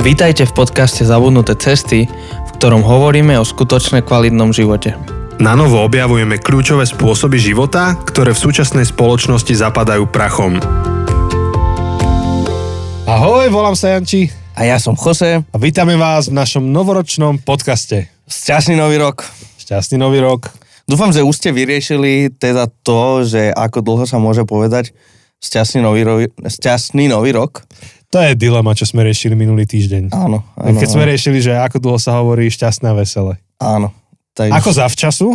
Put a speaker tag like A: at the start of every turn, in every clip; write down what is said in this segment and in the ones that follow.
A: Vítajte v podcaste Zabudnuté cesty, v ktorom hovoríme o skutočne kvalitnom živote.
B: Na novo objavujeme kľúčové spôsoby života, ktoré v súčasnej spoločnosti zapadajú prachom.
C: Ahoj, volám sa Janči
D: A ja som Jose.
C: a vítame vás v našom novoročnom podcaste.
D: Šťastný nový rok.
C: Šťastný nový rok.
D: Dúfam, že už ste vyriešili teda to, že ako dlho sa môže povedať šťastný nový, ro- šťastný nový rok.
C: To je dilema, čo sme riešili minulý týždeň.
D: Áno, áno.
C: Keď sme riešili, že ako dlho sa hovorí šťastné a veselé.
D: Áno. Takže,
C: Ako zavčasu?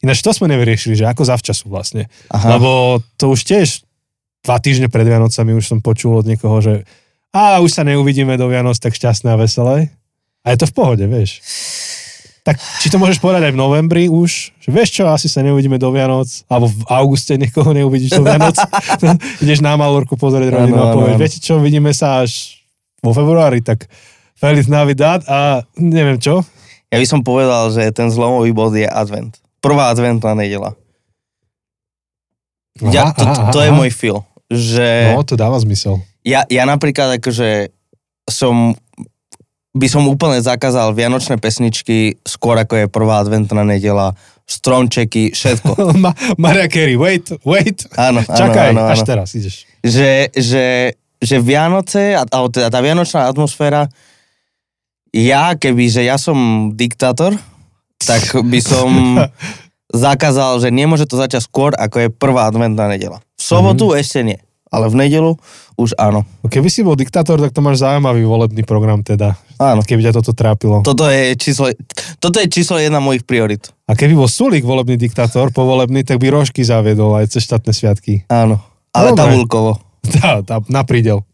C: Ináč to sme nevyriešili, že ako zavčasu vlastne.
D: Aha.
C: Lebo to už tiež dva týždne pred Vianocami už som počul od niekoho, že a už sa neuvidíme do Vianoc tak šťastné a veselé. A je to v pohode, vieš. Tak či to môžeš povedať aj v novembri už, že vieš čo, asi sa neuvidíme do Vianoc, alebo v auguste niekoho neuvidíš do Vianoc, ideš na malorku pozrieť
D: Áno,
C: rodinu a
D: áno,
C: povieš,
D: áno.
C: viete čo, vidíme sa až vo februári, tak Feliz Navidad a neviem čo.
D: Ja by som povedal, že ten zlomový bod je advent. Prvá adventná nedela. Ja, to, to, to je môj feel. Že...
C: No, to dáva zmysel.
D: Ja, ja napríklad akože som, by som úplne zakázal vianočné pesničky skôr ako je prvá adventná nedela, stromčeky, všetko.
C: Ma- Maria Carey, wait, wait.
D: Áno, áno,
C: Čakaj,
D: áno, áno.
C: až teraz ideš.
D: Že, že, že Vianoce, a, alebo teda tá vianočná atmosféra, ja keby, že ja som diktátor, tak by som zakázal, že nemôže to začať skôr ako je prvá adventná nedela. V
C: Mhm.
D: sobotu mm-hmm. ešte nie, ale v nedelu už áno.
C: No Keby si bol diktátor, tak to máš zaujímavý volebný program teda.
D: Áno.
C: Keby ťa toto trápilo. To...
D: Toto je číslo, toto je číslo jedna mojich priorit.
C: A keby bol Sulík volebný diktátor, povolebný, tak by rožky zaviedol aj cez štátne sviatky.
D: Áno. Ale
C: Dobre.
D: tabulkovo.
C: Tá, tá, na prídel.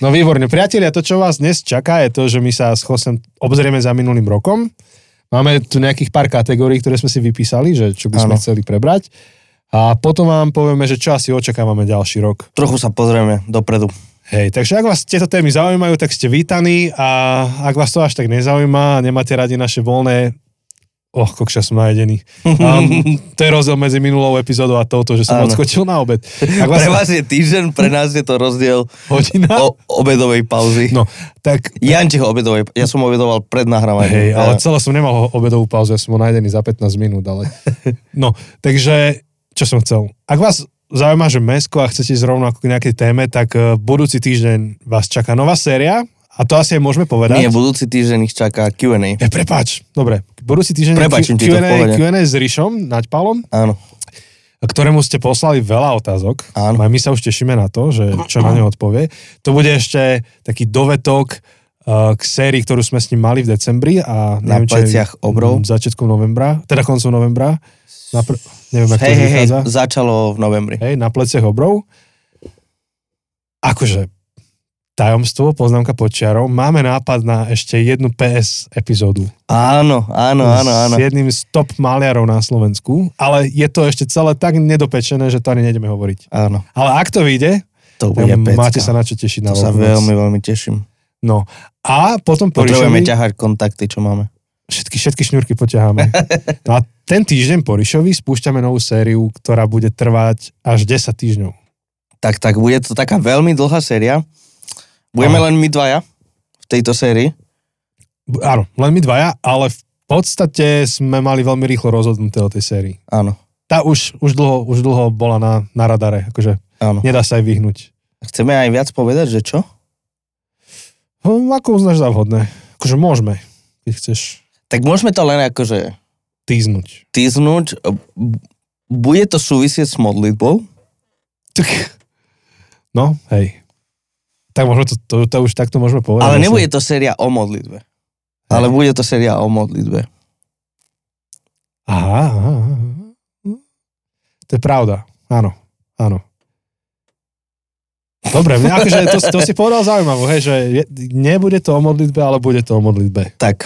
C: No výborne. Priatelia, to, čo vás dnes čaká, je to, že my sa s Chosem obzrieme za minulým rokom. Máme tu nejakých pár kategórií, ktoré sme si vypísali, že čo by
D: Áno.
C: sme chceli prebrať. A potom vám povieme, že čo asi očakávame ďalší rok.
D: Trochu sa pozrieme dopredu.
C: Hej, takže ak vás tieto témy zaujímajú, tak ste vítaní a ak vás to až tak nezaujíma a nemáte radi naše voľné... Oh, kokša som najedený. Um, to je rozdiel medzi minulou epizódou a touto, že som
D: Áno.
C: odskočil na obed. Ak
D: Pre vás je týždeň, pre nás je to rozdiel o
C: hodina...
D: obedovej pauzy. No.
C: No, tak...
D: Jančiho obedovej, ja som obedoval pred nahrávaním.
C: Hej, ale celé som nemal ho- obedovú pauzu, ja som bol najedený za 15 minút, ale... No, takže, čo som chcel. Ak vás zaujíma, že mesko a chcete ísť rovno ako k nejakej téme, tak eh, budúci týždeň vás čaká nová séria a to asi aj môžeme povedať.
D: Nie, budúci týždeň ich čaká Q&A.
C: E, prepáč, dobre. Budúci týždeň je
D: Prepáčim ti to, v
C: Q&A,
D: pohode.
C: Q&A s Rišom Naďpalom,
D: Áno.
C: ktorému ste poslali veľa otázok.
D: Áno.
C: A my sa už tešíme na to, že čo na ne odpovie. To bude ešte taký dovetok eh, k sérii, ktorú sme s ním mali v decembri a
D: Na
C: neviem, čo je-
D: pleciach obrov.
C: Mm, Začiatkom novembra, teda koncom novembra. Na pr- neviem, ako
D: Hej, hej,
C: to
D: hej,
C: vychádza.
D: začalo v novembri.
C: Hej, na pleciach obrov. Akože, tajomstvo, poznámka pod čiarou. Máme nápad na ešte jednu PS epizódu.
D: Áno, áno, No, áno, áno.
C: S jedným z top maliarov na Slovensku, ale je to ešte celé tak nedopečené, že to ani nejdeme hovoriť.
D: Áno,
C: Ale ak to vyjde,
D: to bude
C: tak
D: pecka.
C: máte sa na čo tešiť na
D: to sa
C: veľkú noc.
D: veľmi, veľmi teším.
C: No a potom po
D: Potrebujeme
C: Ríšovi
D: ťahať kontakty, čo máme.
C: všetky, všetky šňúrky poťaháme. No a ten týždeň po Ríšovi spúšťame novú sériu, ktorá bude trvať až 10 týždňov.
D: Tak, tak, bude to taká veľmi dlhá séria. Budeme
C: Áno.
D: len my dvaja v tejto sérii.
C: B- Áno, len my dvaja, ale v podstate sme mali veľmi rýchlo rozhodnuté o tej sérii.
D: Áno,
C: Tá už, už, dlho, už dlho bola na, na radare, akože
D: áno.
C: nedá sa aj vyhnúť.
D: Chceme aj viac povedať, že čo?
C: Hm, Ako uznáš za vhodné? Akože môžeme, keď chceš
D: Tak môžeme to len akože
C: týznuť.
D: týznúť. B- Bude to súvisieť s modlitbou?
C: Tak, no, hej. Tak môžeme to, to, to už takto môžeme povedať.
D: Ale
C: Asi.
D: nebude to séria o modlitbe. Ale bude to séria o modlitbe.
C: Aha, aha, aha. To je pravda. Áno, áno. Dobre, mňa akože to, to si povedal zaujímavo, hej, že je, nebude to o modlitbe, ale bude to o modlitbe.
D: Tak.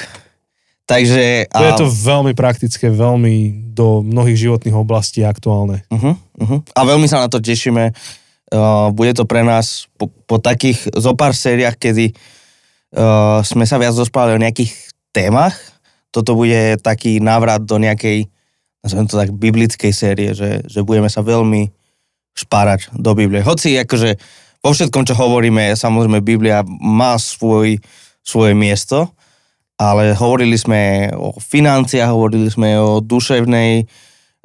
D: Takže...
C: To je to veľmi praktické, veľmi do mnohých životných oblastí aktuálne.
D: Uh-huh, uh-huh. A veľmi sa na to tešíme. Uh, bude to pre nás po, po takých zo pár sériách, kedy uh, sme sa viac rozprávali o nejakých témach. Toto bude taký návrat do nejakej, nazvem to tak, biblickej série, že, že budeme sa veľmi špárať do Biblie. Hoci akože vo všetkom, čo hovoríme, samozrejme Biblia má svoj, svoje miesto, ale hovorili sme o financiách, hovorili sme o duševnej,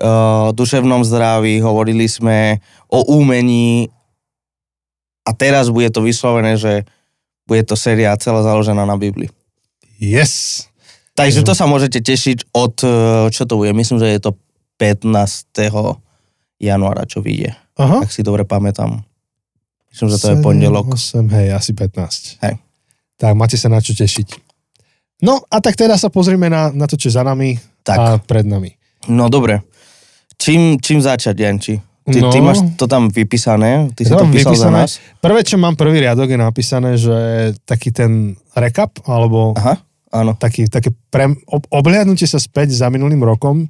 D: uh, duševnom zdraví, hovorili sme o umení a teraz bude to vyslovené, že bude to séria celá založená na Biblii.
C: Yes.
D: Takže to sa môžete tešiť od, eh, čo to bude, myslím, že je to 15. januára, čo vyjde,
C: Aha.
D: ak si dobre pamätám. Myslím, že to je pondelok.
C: 8, hej, asi 15.
D: Hej.
C: Tak, máte sa na čo tešiť. No a tak teraz sa pozrime na, na to, čo je za nami
D: Tak.
C: a pred nami.
D: No dobre. Čím, čím začať, Janči? Ty, no. ty
C: No.
D: máš to tam vypísané, ty si
C: Ja
D: to
C: mám
D: písal za
C: vypísané-
D: nás.
C: Prvé, čo mám prvý riadok, je napísané, že taký ten recap, alebo
D: Aha, áno.
C: taký, také pre, ob, obhliadnutie sa späť za minulým rokom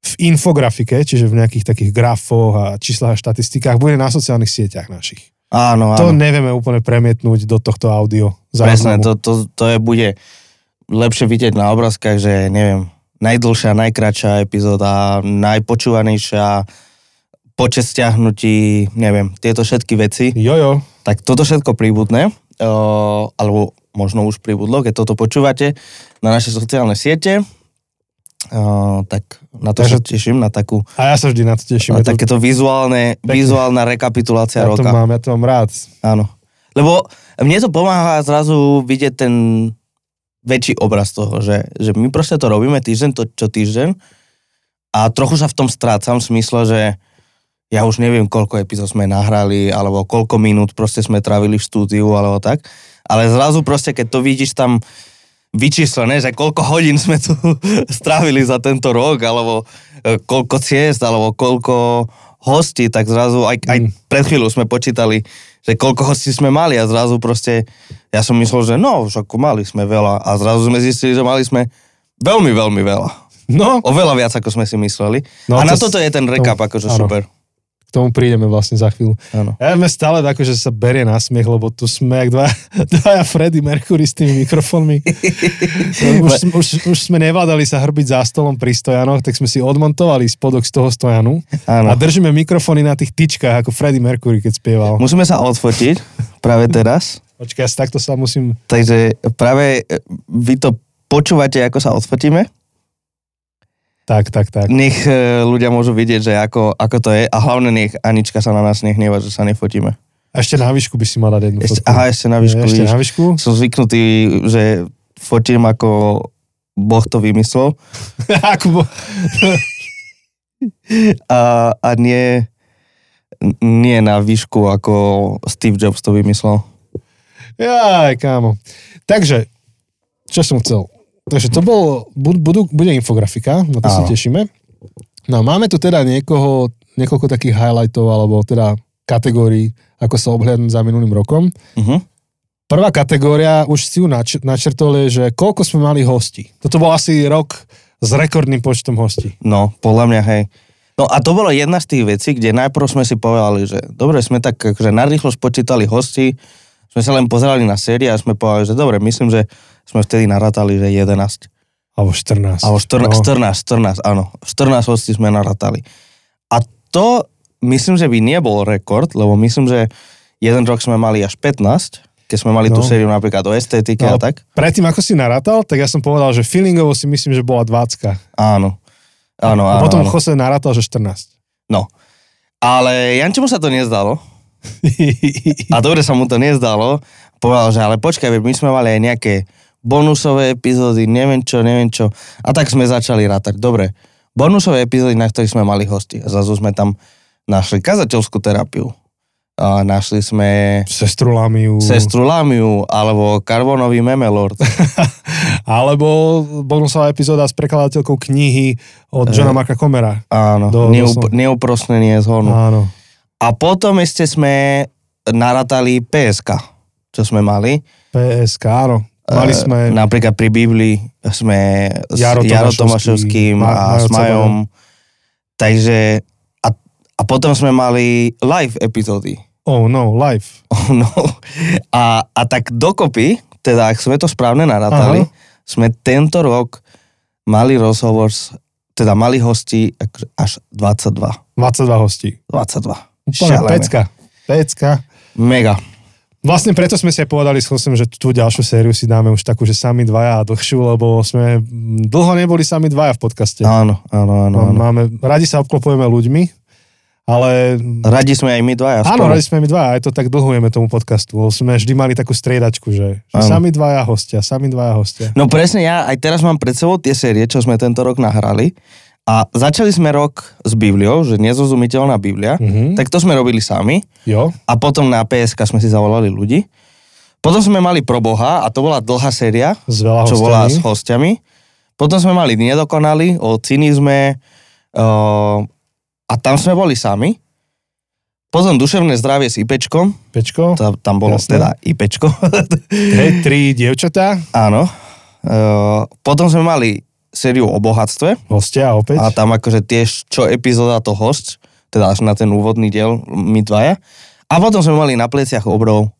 C: v infografike, čiže v nejakých takých grafoch a číslach a štatistikách, bude na sociálnych sieťach našich.
D: Áno, áno.
C: To nevieme úplne premietnúť do tohto audio.
D: Presne,
C: záznamu.
D: to, to, to je, bude lepšie vidieť na obrázkach, že neviem, najdlhšia, najkračšia epizóda, najpočúvanejšia, počet stiahnutí, neviem, tieto všetky veci.
C: Jojo.
D: Tak toto všetko príbudne, o, alebo možno už príbudlo, keď toto počúvate na naše sociálne siete, o, tak na to sa
C: Takže-
D: teším, na takú
C: A ja sa vždy na to teším.
D: na
C: je to-
D: takéto vizuálne, vizuálna rekapitulácia
C: ja to
D: roka.
C: mám, ja to mám rád.
D: Áno. Lebo mne to pomáha zrazu vidieť ten väčší obraz toho, že, že my proste to robíme týždeň to, čo týždeň a trochu sa v tom strácam v smysle, že ja už neviem, koľko epizód sme nahrali, alebo koľko minút proste sme trávili v štúdiu, alebo tak. Ale zrazu proste, keď to vidíš tam vyčíslené, že koľko hodín sme tu strávili za tento rok, alebo e, koľko ciest, alebo koľko hostí, tak zrazu, aj, aj
C: Mm.
D: pred chvíľou sme počítali, že koľko hostí sme mali a zrazu proste, ja som myslel, že no, však mali sme veľa a zrazu sme zistili, že mali sme veľmi, veľmi veľa.
C: No,
D: Oveľa viac, ako sme si mysleli. No,
C: No,
D: a na
C: to s-
D: toto je ten recap,
C: to-
D: akože
C: áno.
D: super.
C: k tomu prídeme vlastne za chvíľu.
D: Áno.
C: Ja sme stále tak, že sa berie na smiech, lebo tu sme jak dva, dvaja Freddy Mercury s tými mikrofónmi. už, sme- už, už sme nevládali sa hrbiť za stolom pri stojanoch, tak sme si odmontovali spodok z toho stojanu
D: Áno.
C: a držíme mikrofóny na tých tyčkách, ako Freddy Mercury, keď spieval.
D: Musíme sa odfotiť práve teraz.
C: Počkaj, ja si takto sa musím...
D: Takže práve e, vy to počúvate, ako sa odfotíme.
C: Tak, tak, tak.
D: Nech e, ľudia môžu vidieť, že ako, ako to je a hlavne nech Anička sa na nás nehneva, že sa nefotíme.
C: A ešte na výšku by si mal dať jednu
D: Ešte,
C: fotku.
D: aha, ešte na výšku.
C: Ešte
D: vidíš.
C: na výšku?
D: Som zvyknutý, že fotím ako Boh to vymyslel
C: Ako bo-
D: a, a nie, n- nie na výšku ako Steve Jobs to vymyslel.
C: Jaj, kámo. Takže, čo som chcel? Takže to bol, bu- budú, bude infografika, na to sa
D: Áno.
C: tešíme. No a máme tu teda niekoho, niekoľko takých highlightov, alebo teda kategórií, ako sa obhľadnúť za minulým rokom.
D: Uh-huh.
C: Prvá kategória, už si ju nač- načrtol, je, že koľko sme mali hostí. Toto bol asi rok s rekordným počtom hostí.
D: No, podľa mňa, hej. No a to bolo jedna z tých vecí, kde najprv sme si povedali, že dobre, sme tak akože narýchlo spočítali hosti, sme sa len pozerali na série a sme povedali, že dobre, myslím, že sme vtedy narátali, že 11.
C: Alebo No. 14.
D: Alebo 14, 14, 14, áno. 14 hostí sme narátali. A to myslím, že by nebol rekord, lebo myslím, že jeden rok sme mali až 15, keď sme mali tú
C: No.
D: sériu napríklad o estetike a tak.
C: Predtým, ako si narátal, tak ja som povedal, že feelingovo si myslím, že bola 20.
D: Áno. Áno, áno.
C: a potom
D: áno.
C: Jose narátal, že 14.
D: No. Ale Jančemu sa to nezdalo. A dobre sa mu to nezdalo. Povedal, že ale počkaj, veď my sme mali aj nejaké bonusové epizódy, neviem čo, neviem čo. A tak sme začali rátať. Dobre, bonusové epizódy, na ktorých sme mali hosti. A zrazu sme tam našli kazateľskú terapiu. A našli sme
C: Sestru Lamiu.
D: sestru Lamiu alebo Karbonový Memelord.
C: Alebo bonusová epizóda s prekladateľkou knihy od
D: Eh.
C: Johna Marka Komera.
D: Áno,
C: Do- do
D: neup-
C: som-
D: neuprosnenie zhonu.
C: Áno.
D: A potom ešte sme narátali PSK, čo sme mali.
C: PSK, áno. Mali
D: E,
C: sme...
D: Napríklad pri Biblii sme s Jaro, Tomášovským
C: Jaro Tomášovským
D: a
C: Ma- Majo
D: s Majom. Takže... A, a potom sme mali live epizódy.
C: Oh no, live.
D: Oh, no. A, a tak dokopy, teda ak sme to správne narátali,
C: Aha.
D: sme tento rok mali rozhovor, s, teda mali hosti akože až 22.
C: 22 hostí.
D: 22.
C: Úplne
D: Šialené.
C: pecka. Pecka.
D: Mega.
C: Vlastne preto sme si aj povedali s Chosem, že tú ďalšiu sériu si dáme už takú, že sami dvaja a dlhšiu, lebo sme dlho neboli sami dvaja v podcaste.
D: Áno, áno, áno.
C: Má-
D: áno.
C: Máme, radi sa obklopujeme ľuďmi, ale...
D: Radi sme aj my dvaja.
C: Áno,
D: spolu.
C: radi sme my dva, aj to tak dlhujeme tomu podcastu, lebo sme vždy mali takú striedačku, že, že
D: Áno.
C: sami dvaja hostia, sami dvaja hostia.
D: No presne, ja aj teraz mám pred sebou tie série, čo sme tento rok nahrali. A začali sme rok s Bibliou, že nezrozumiteľná Biblia.
C: Mhm.
D: Tak to sme robili sami.
C: Jo,
D: A potom na PSK sme si zavolali ľudí. Potom sme mali Pro Boha a to bola dlhá séria,
C: s veľa
D: čo bola s
C: hostiami.
D: hostiami. Potom sme mali Nedokonali, o cynizme uh, a tam sme boli sami. Potom Duševné zdravie s IPčkom,
C: Pečko,
D: tam, tam bolo
C: Jasné.
D: teda IPčko,
C: hej, tri dievčatá,
D: áno. Uh, potom sme mali sériu o bohatstve
C: hostia opäť.
D: a tam akože tiež čo epizóda to host, teda až na ten úvodný diel my dvaja. A potom sme mali na pleciach obrov,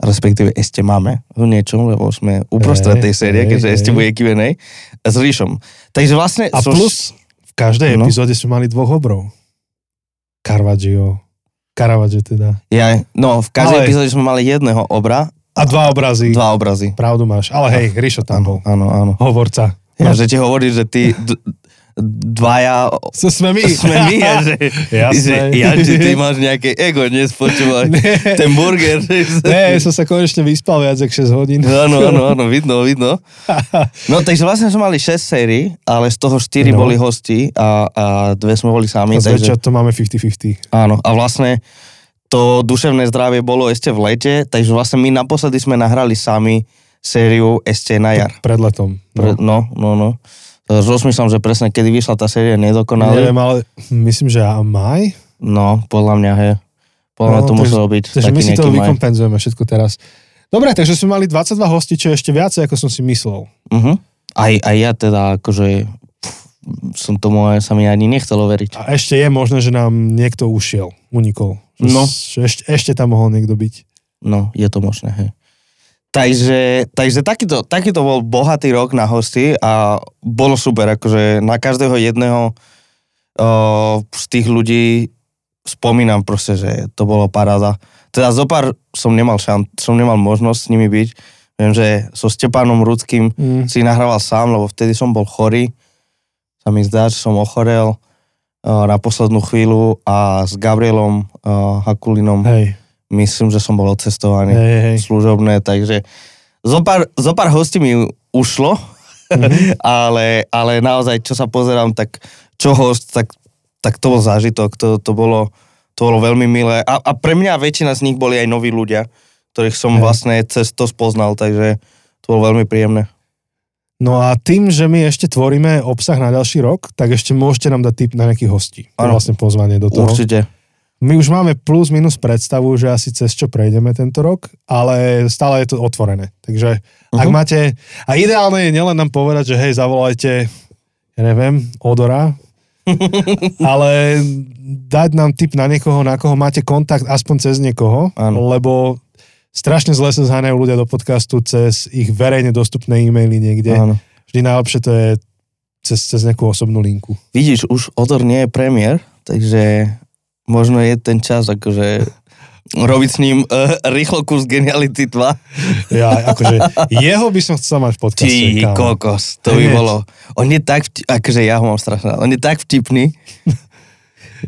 D: respektíve ešte máme v niečom, lebo sme uprostred
C: Hej,
D: tej série,
C: hej,
D: keďže ešte
C: hej.
D: bude Q&A, s Ríšom. Takže vlastne...
C: A
D: so-
C: plus, v každej
D: No.
C: epizóde sme mali dvoch obrov. Caravaggio. Caravaggio teda.
D: Ja, no, v každej
C: Ale-
D: epizóde sme mali jedného obra,
C: A dva obrazy.
D: dva obrazy.
C: Pravdu máš. Ale hej, Rišo tam bol.
D: Áno, áno.
C: Hovorca.
D: Ja, že ti hovorím, že ty d- dvaja
C: Co sme my.
D: sme my a že, že,
C: Jasné.
D: ja, že ty máš nejaké ego, nespočúvaj. Ten burger. No,
C: Ne, som sa konečne vyspal viac ako 6 hodín.
D: Áno, áno, áno, vidno, vidno. No takže vlastne sme mali 6 sérií, ale z toho 4 no.
C: No.
D: boli hosti a, a dve sme boli sami.
C: A
D: Takže,
C: zväčša to máme 50-50.
D: áno, a vlastne to duševné zdravie bolo ešte v lete, takže vlastne my naposledy sme nahrali sami sériu ešte na jar.
C: Pred letom.
D: Pre,
C: No.
D: no, no, no. Rozmýšľam, že presne kedy vyšla tá séria Nedokonalý.
C: Neviem, ale myslím, že a maj?
D: No, podľa mňa, hej. Podľa mňa
C: No,
D: to
C: takže-
D: muselo byť
C: Takže
D: taký
C: my si to
D: nejaký maj.
C: vykompenzujeme všetko teraz. Dobre, takže sme mali 22 hostí, čo je ešte viacej, ako som si myslel.
D: Uh-huh. Aj, aj ja teda, akože, pff, som tomu aj sa mi ani nechcelo veriť.
C: A ešte je možné, že nám niekto ušiel, unikol. Že
D: No.
C: s- Že ešte, ešte tam mohol niekto byť.
D: No, je to možné, hej. Takže, takže takýto, takýto bol bohatý rok na hosti a bolo super, akože na každého jedného uh, z tých ľudí spomínam proste, že to bolo paráda. Teda zo pár som nemal šan, som nemal možnosť s nimi byť. Viem, že so Stepanom Rudským
C: Mm.
D: si nahrával sám, lebo vtedy som bol chorý. Sa mi zdá, že som ochorel uh, na poslednú chvíľu a s Gabrielom uh, Hakulinom
C: Hej,
D: myslím, že som bol
C: hej,
D: odcestovaný
C: hej. hej.
D: služobné, takže zo pár, zo pár hostí mi ušlo,
C: Mhm.
D: ale, ale naozaj, čo sa pozerám, tak čo host, tak, tak to bol zážitok, to, to, bolo, to bolo veľmi milé. A, a pre mňa väčšina z nich boli aj noví ľudia, ktorých som
C: Hej.
D: vlastne cez to spoznal, takže to bolo veľmi príjemné.
C: No a tým, že my ešte tvoríme obsah na ďalší rok, tak ešte môžete nám dať tip na nejakých hostí. To je
D: Áno.
C: vlastne pozvanie do toho.
D: Určite.
C: My už máme plus minus predstavu, že asi cez čo prejdeme tento rok, ale stále je to otvorené. Takže uh-huh. ak
D: Mhm.
C: máte... A ideálne je nielen nám povedať, že hej, zavolajte, ja neviem, Odora, ale dať nám tip na niekoho, na koho máte kontakt, aspoň cez niekoho,
D: Áno.
C: lebo strašne zle sa zháňajú ľudia do podcastu cez ich verejne dostupné e-maily niekde.
D: Áno.
C: Vždy najlepšie to je cez, cez nejakú osobnú linku.
D: Vidíš, už Odor nie je premiér, takže možno je ten čas akože robiť s ním uh, rýchlo kus Geniality 2.
C: Ja, akože, jeho by som chcel mať v
D: Ty
C: podcaste. kámo.
D: kokos, to by
C: Hneď.
D: bolo. On je tak, vtip, akože ja ho mám strašne rád, on je tak vtipný.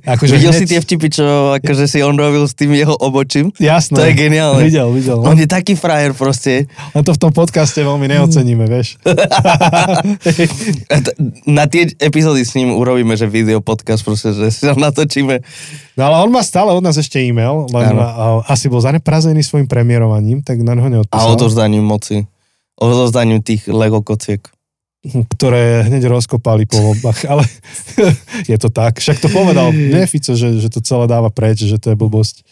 C: Akože
D: Videl
C: hneď-
D: si tie vtipy, čo akože si on robil s tým jeho obočím?
C: Jasné.
D: To je geniálne.
C: Videl, videl.
D: On je taký frajer proste.
C: Len to v tom podcaste veľmi neoceníme, vieš.
D: A t- Na tie epizódy s ním urobíme, že video podcast proste, že si tam natočíme.
C: No ale on má stále od nás ešte e-mail, len
D: Áno.
C: a- a- asi bol zaneprázdnený svojim premiérovaním, tak na ho
D: A
C: neodpísal.
D: odovzdaním moci. Odovzdaním tých Lego kociek.
C: Ktoré hneď rozkopali po voľbách, ale je to tak. Však to povedal, nie Fico, že, že to celé dáva preč, že to je blbosť.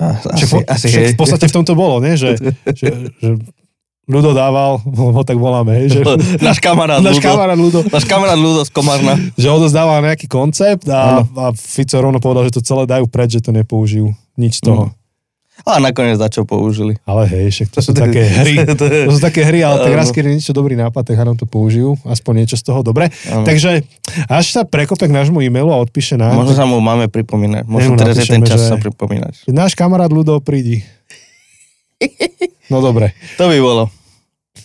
D: A-
C: Však,
D: Asi, asi,
C: však
D: hej.
C: v podstate v tom to bolo, nie? Že, že, že Ludo dával, ho tak voláme, hej, že
D: Náš kamarát
C: náš
D: Ludo.
C: kamarát Ludo,
D: Náš kamarát Ludo z Komárna.
C: že odozdával nejaký
D: No.
C: koncept a, a Fico rovno povedal, že to celé dajú preč, že to nepoužijú. Nič z toho.
D: Ale nakoniec za čo použili.
C: Ale hej, však to sú také hry.
D: To je-
C: To sú také hry, ale tak
D: Áno.
C: raz, keď je niečo dobrý nápad, tak nám to použijú. Aspoň niečo z toho dobre.
D: Áno.
C: Takže až sa prekope k nášmu e-mailu a odpíše nám.
D: Možno sa mu máme pripomínať.
C: Ja mu
D: Možno teraz je ten
C: napíšeme,
D: čas
C: že-
D: sa pripomínať.
C: Keď náš kamarát Ludo prídi. No dobre.
D: To by bolo.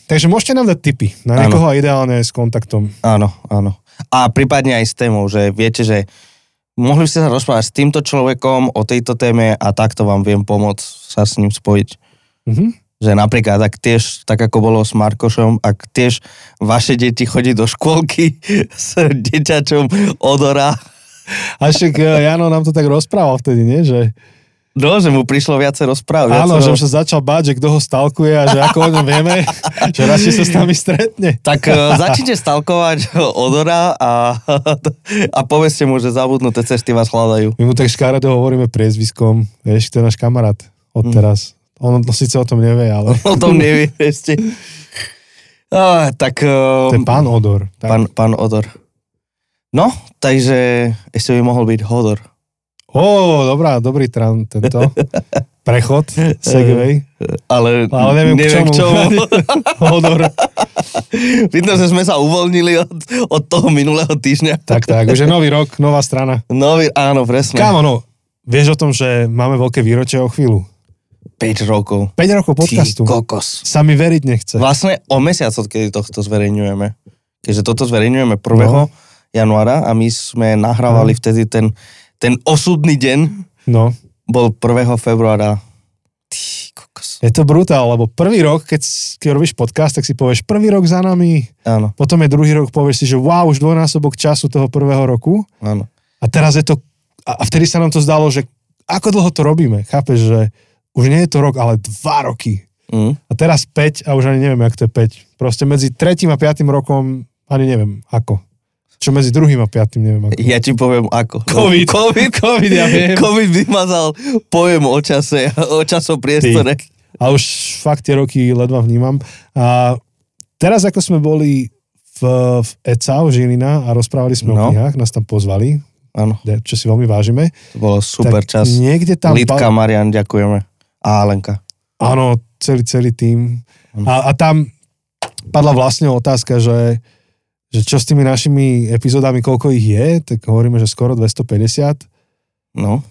C: Takže môžete nám dať tipy na
D: Áno.
C: niekoho a ideálne s kontaktom.
D: Áno, áno. A prípadne aj s témou, že viete, že mohli by ste sa rozprávať s týmto človekom o tejto téme a takto vám viem pomôcť sa s ním spojiť.
C: Mhm.
D: Že napríklad, ak tiež, tak ako bolo s Markošom, ak tiež vaše deti chodí do škôlky s deťačom odora,
C: A však e, Jano nám to tak rozprával vtedy, nie? Že,
D: no, že mu prišlo viacero správ.
C: áno,
D: viacero...
C: že už sa začal báť, že kto ho stalkuje a že ako o ňom vieme, že raz sa s nami stretne.
D: Tak e, začnite stalkovať odora a, a povedzte mu, že zabudnuté cesty vás hľadajú.
C: My mu tak škaredo hovoríme priezviskom, vieš, to je náš kamarát odteraz. On to síce o tom nevie, ale
D: O tom nevie ešte. Á, tak... e,
C: to je pán Odor. Tak,
D: Pán, pán Odor. No, takže ešte by mohol byť Hodor.
C: Ó, dobrá, dobrý tran tento. Prechod, segway,
D: Ale,
C: Ale neviem, k čomu. Odor.
D: Vidno, že sme sa uvoľnili od, od toho minulého týždňa.
C: Tak, tak, už je nový rok, nová strana.
D: Nový, áno, presne.
C: Kámo, no, vieš o tom, že máme veľké výročie o chvíľu.
D: 5 rokov.
C: 5 rokov
D: Ty
C: podcastu.
D: kokos.
C: Sa mi veriť nechce.
D: Vlastne o mesiac, odkedy tohto zverejňujeme. Keďže toto zverejňujeme 1. No. januára a my sme
C: Mhm.
D: nahrávali no. vtedy ten, ten osudný deň,
C: No,
D: bol 1. februára. Ty kokos.
C: je to brutál, lebo prvý rok, keď, s- keď robíš podcast, tak si povieš prvý rok za nami,
D: Áno,
C: potom je druhý rok, povieš si, že wow, už dvojnásobok času toho prvého roku
D: áno.
C: a teraz je to, a a vtedy sa nám to zdalo, že ako dlho to robíme, chápeš, že už nie je to rok, ale dva roky.
D: Mm.
C: A teraz 5 a už ani neviem, ak to je 5. Proste medzi tretím a piatým rokom ani neviem, ako. Čo medzi druhým a piatým neviem, ako.
D: Ja ti poviem ako.
C: COVID.
D: COVID,
C: COVID, ja viem.
D: COVID vymazal pojem o čase, o časopriestore.
C: A už fakt tie roky ledva vnímam. A teraz, ako sme boli v, v ECAU Žilina a rozprávali sme
D: No.
C: no. o knihách, nás tam pozvali,
D: Áno,
C: de- čo si veľmi vážime.
D: to bolo super
C: tak
D: čas.
C: Niekde tam...
D: Lidka,
C: ba-
D: Marian, ďakujeme. A Alenka.
C: Áno, celý, celý tým.
D: Hm.
C: A, a tam padla vlastne otázka, že, že čo s tými našimi epizódami, koľko ich je, tak hovoríme, že skoro 250.
D: No,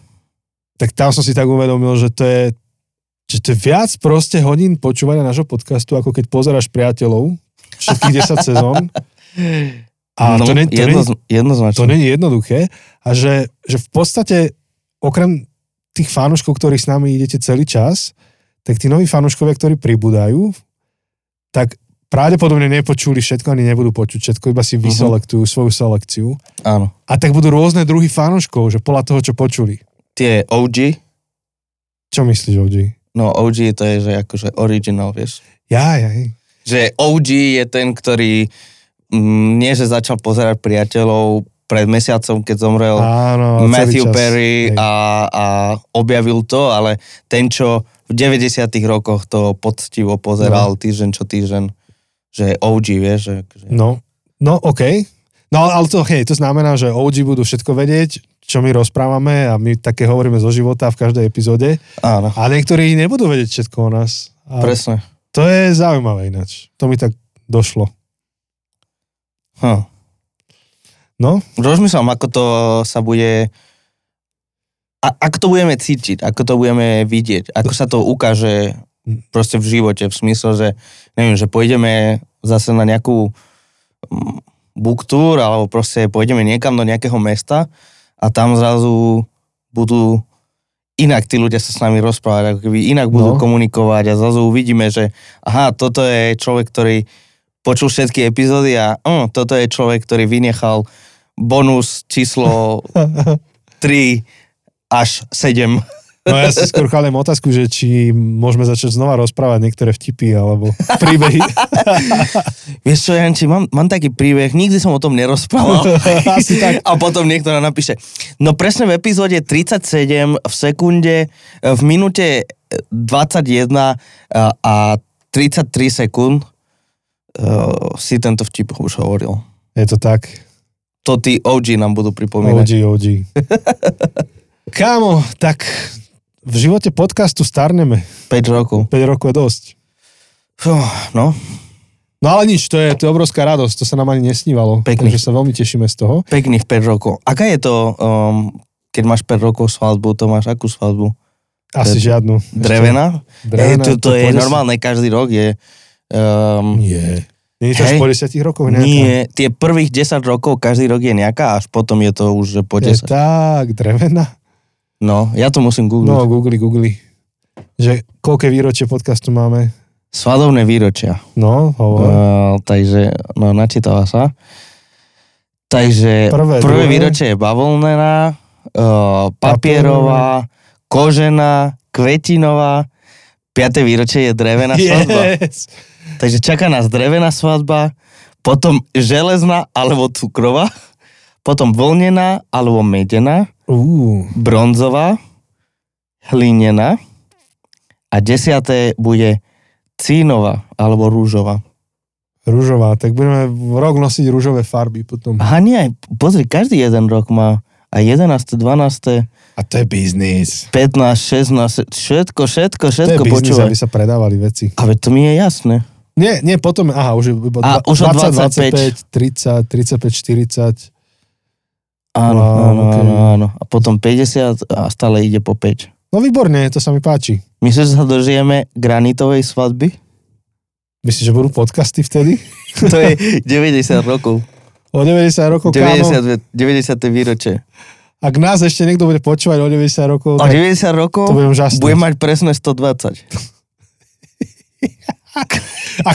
C: Tak tam som si tak uvedomil, že to je že to je viac proste hodín počúvania nášho podcastu, ako keď pozeráš priateľov všetkých 10 sezón. A
D: no
C: to, nie, to, nie,
D: jedno, jednoznačne.
C: to nie je jednoduché. A že, že v podstate, okrem tých fanúškov, ktorí s nami idete celý čas, tak tí noví fanúškovia, ktorí pribúdajú, tak pravdepodobne nepočuli všetko, ani nebudú počuť všetko, iba si
D: Mhm.
C: vyselektujú svoju selekciu.
D: Áno.
C: A tak budú rôzne druhy fanúškov, že podľa toho, čo počuli.
D: Tie OG,
C: Čo myslíš, Oji?
D: No OG to je, že akože original, vieš.
C: Ja, ja, hej.
D: Že OG je ten, ktorý mm, nie, že začal pozerať priateľov pred mesiacom, keď zomrel
C: Áno,
D: Matthew
C: celý čas.
D: Perry
C: Hej.
D: a, a objavil to, ale ten, čo v 90 rokoch to poctivo pozeral no. týždeň čo týždeň, že OG, vieš. Že, akože- že...
C: No, no OK. No ale to, hej, to znamená, že OG budú všetko vedieť, čo my rozprávame a my také hovoríme zo života v každej epizóde.
D: Áno,
C: A niektorí nebudú vedieť všetko o nás. A
D: presne.
C: To je zaujímavé ináč. To mi tak došlo.
D: Hm.
C: No,
D: Rozmýšľam, ako to sa bude... A, ako to budeme cítiť, ako to budeme vidieť, ako sa to ukáže proste v živote, v smysle, že neviem, že pôjdeme zase na nejakú mm, book tour, alebo proste pôjdeme niekam do nejakého mesta a tam zrazu budú inak tí ľudia sa s nami rozprávať, ako keby inak budú
C: No.
D: no. komunikovať a zrazu uvidíme, že aha, toto je človek, ktorý počul všetky epizódy a mm, toto je človek, ktorý vynechal bonus číslo 3 až 7.
C: no ja si skôr chápem otázku, že či môžeme začať znova rozprávať niektoré vtipy alebo príbehy.
D: Vieš čo, Janči, mám, mám taký príbeh, nikdy som o tom nerozprával.
C: No, Asi tak.
D: A potom niekto nám napíše, no presne v epizóde 37, v sekunde, e, v minúte e, 21 e, a 33 sekúnd e, si tento vtip už hovoril.
C: Je to tak.
D: To tí OG nám budú pripomínať.
C: OG, OG. Kámo, tak v živote podcastu starneme.
D: 5 rokov.
C: 5 rokov je dosť.
D: Fú, No,
C: No ale nič, to je, to je obrovská radosť, to sa nám ani nesnívalo.
D: Pekný.
C: Takže sa veľmi tešíme z toho.
D: pekných 5 rokov. Aká je to, um, keď máš 5 rokov svadbu, to máš akú svadbu?
C: Asi
D: Dre-
C: žiadnu.
D: Drevená? Drevená
C: Drevená,
D: je, to, to, je
C: pôjde sa-
D: normálne, každý rok je... Um,
C: Nie. Nie je to až
D: Hej.
C: po 10 rokoch nejaká?
D: nie, tie prvých 10 rokov každý rok je nejaká, až potom je to už že po
C: Je
D: 10.
C: tak, drevená.
D: No, ja to musím
C: No,
D: googliť. No.
C: googli, googli. Že koľké výročie podcastu máme?
D: Svadobné výročia.
C: No, hovor.
D: Uh, takže, no, načítala sa. Takže
C: Prvé,
D: prvé,
C: druhé.
D: prvé výročie je bavlnená, uh, papierová, kožená, kvetinová, piaté výročie je drevená svadba.
C: yes.
D: Takže čaká nás drevená svadba, potom železná alebo cukrová, potom vlnená alebo medená,
C: Uú,
D: bronzová, hlinená a desiaté bude cínová alebo rúžová.
C: rúžová. Tak budeme rok nosiť rúžové farby potom.
D: Aha, nie, aj, pozri, každý jeden rok má aj 11., 12., 15.,
C: A to je biznis.
D: 16., všetko, všetko,
C: To je
D: všetko
C: biznis,
D: počúvaj.
C: aby sa predávali veci.
D: Ale to mi je jasné.
C: Nie, nie, potom, aha, už je iba
D: A,
C: dva-
D: už od
C: 20, 25, 30, 35, 40.
D: Áno,
C: Wow,
D: áno,
C: ok.
D: áno, áno. A potom 50 a stále ide po 5.
C: No výborne, to sa mi páči.
D: Myslíš, že sa dožijeme granitovej svadby?
C: Myslíš, že budú podcasty vtedy?
D: To je 90 rokov.
C: O 90 rokov, kámo.
D: 90, 90. výročie.
C: Ak nás ešte niekto bude počúvať o 90 rokov,
D: O
C: tak
D: 90 rokov
C: to budem žasnúť.
D: budem mať presne 120.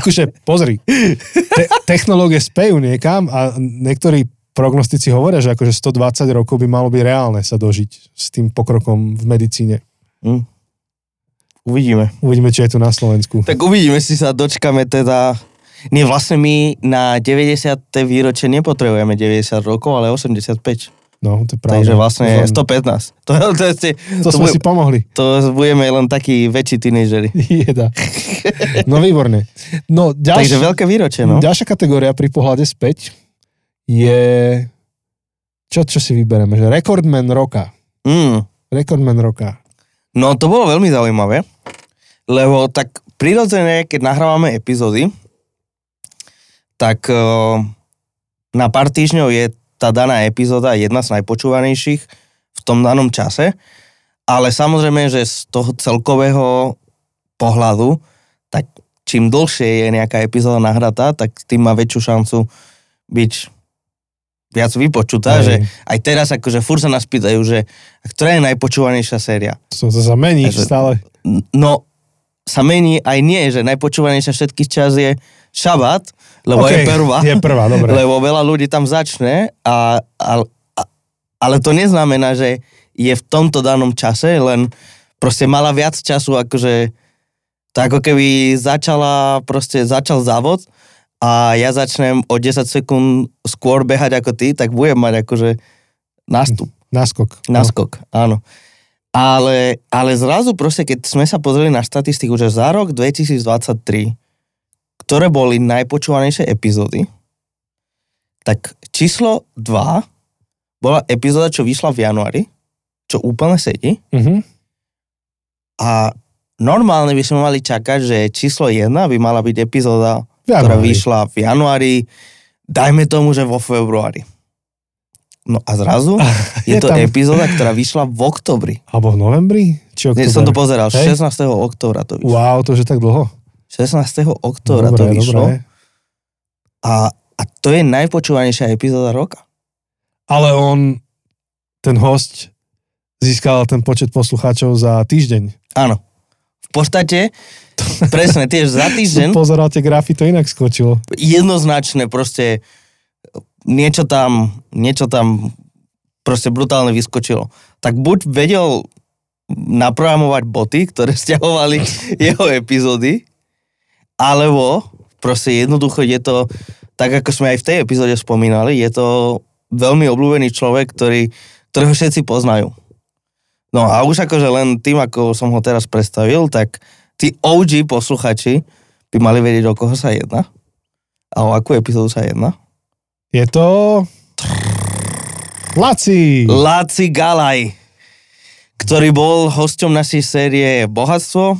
C: Akože, pozri, te- technológie spejú niekam a niektorí prognostici hovoria, že akože 120 rokov by malo byť reálne sa dožiť s tým pokrokom v medicíne.
D: Hm. Uvidíme.
C: Uvidíme, či je tu na Slovensku.
D: Tak uvidíme, si sa dočkame teda... Nie, vlastne my na 90. výročie nepotrebujeme 90 rokov, ale 85.
C: No, to je pravda.
D: Takže vlastne
C: Len-
D: 115. To, to, to,
C: To
D: to,
C: sme
D: bude-
C: si pomohli.
D: to budeme len takí väčší tínežeri.
C: Jeda. No výborne. No, ďalší,
D: Takže veľké výročie, no.
C: Ďalšia kategória pri pohľade späť je... Čo, čo si vybereme? Že rekordman roka.
D: Mm.
C: Rekordman roka.
D: No to bolo veľmi zaujímavé, lebo tak prirodzene, keď nahrávame epizódy, tak eh, na pár týždňov je tá daná epizóda jedna z najpočúvanejších v tom danom čase, ale samozrejme, že z toho celkového pohľadu, tak čím dlhšie je nejaká epizóda nahratá, tak tým má väčšiu šancu byť viac vypočutá,
C: Hej.
D: že aj teraz akože furt sa nás pýtajú, že ktorá je najpočúvanejšia séria.
C: To sa zamení
D: Takže-
C: stále.
D: No, sa mení aj nie, že najpočúvanejšia všetkých čas je šabat, lebo
C: OK,
D: je prvá.
C: Je prvá, dobre.
D: Lebo veľa ľudí tam začne, a, a, a, ale to neznamená, že je v tomto danom čase, len proste mala viac času, akože to ako keby začala, proste začal závod a ja začnem o 10 sekúnd skôr behať ako ty, tak budem mať akože nástup.
C: Naskok.
D: Naskok, áno. Ale, ale zrazu proste, keď sme sa pozreli na štatistiku, že za rok 2023, ktoré boli najpočúvanejšie epizódy, tak číslo 2 bola epizóda, čo vyšla v januári, čo úplne sedí.
C: No. Mhm.
D: A normálne by sme mali čakať, že číslo 1 by mala byť epizóda,
C: Januári.
D: ktorá vyšla v januári, dajme tomu, že vo februári. No a zrazu je,
C: Je
D: to
C: tam-
D: epizóda, ktorá vyšla v oktobri.
C: Alebo v novembri? Či
D: Nie,
C: oktober?
D: som to pozeral,
C: Hej.
D: 16. októbra to vyšlo.
C: Wow, to už je tak dlho.
D: 16. októbra to vyšlo a, a to je najpočúvanejšia epizóda roka.
C: Ale on, ten host, získal ten počet poslucháčov za týždeň.
D: Áno. V podstate, presne, tiež za
C: Som
D: týždeň
C: pozeral tie grafy, to inak skočilo.
D: jednoznačne proste niečo tam, niečo tam proste brutálne vyskočilo. Tak buď vedel naprogramovať boty, ktoré stiahovali jeho epizódy, alebo proste jednoducho je to, tak ako sme aj v tej epizóde spomínali, je to veľmi obľúbený človek, ktorý, ktorého všetci poznajú. No a už akože len tým, ako som ho teraz predstavil, tak tí OG posluchači by mali vedieť, o koho sa jedná a o akú epizódu sa jedná.
C: Je to... Laci!
D: Laci Galaj, ktorý bol hosťom našej série Bohatstvo.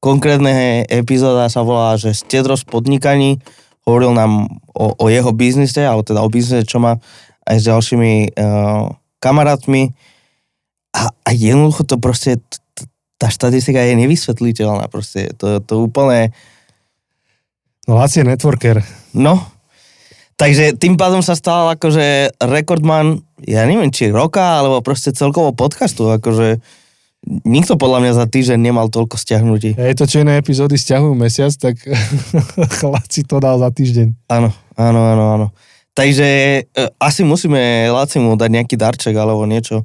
D: Konkrétne epizóda sa volá, že Stedros podnikaní hovoril nám o, o jeho biznise, alebo teda o biznise, čo má aj s ďalšími uh, kamarátmi. A, a jednoducho to proste, t- t- tá štatistika je nevysvetliteľná proste. To, to úplne,
C: No Laci je networker.
D: no. Takže tým pádom sa stal akože rekordman, ja neviem, či roka, alebo proste celkovo podcastu, akože nikto podľa mňa za týždeň nemal toľko stiahnutí.
C: Je to, čo iné epizódy stiahujú mesiac, tak Laci to dal za týždeň.
D: Áno, áno, áno, áno. Takže e, asi musíme Lacimu dať nejaký darček alebo niečo. E,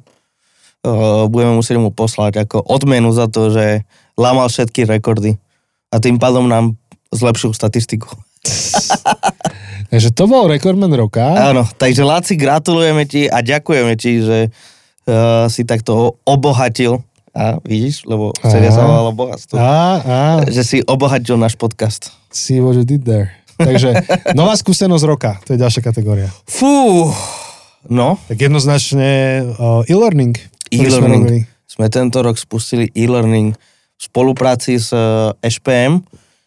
D: budeme musieť mu poslať ako odmenu za to, že lámal všetky rekordy a tým pádom nám zlepšil statistiku.
C: Takže to bol rekordman roka.
D: Áno, takže Laci, gratulujeme ti a ďakujeme ti, že e, si takto obohatil. A vidíš, lebo séria sa
C: Á.
D: volala bohatstvo.
C: Á, á,
D: Že si obohatil náš podcast.
C: see what you did there. Takže nová skúsenosť roka, to je ďalšia kategória.
D: Fú, no.
C: Tak jednoznačne uh, e-learning. ktorý sme
D: E-learning.
C: robili.
D: Sme tento rok spustili e-learning v spolupráci s e, SPM.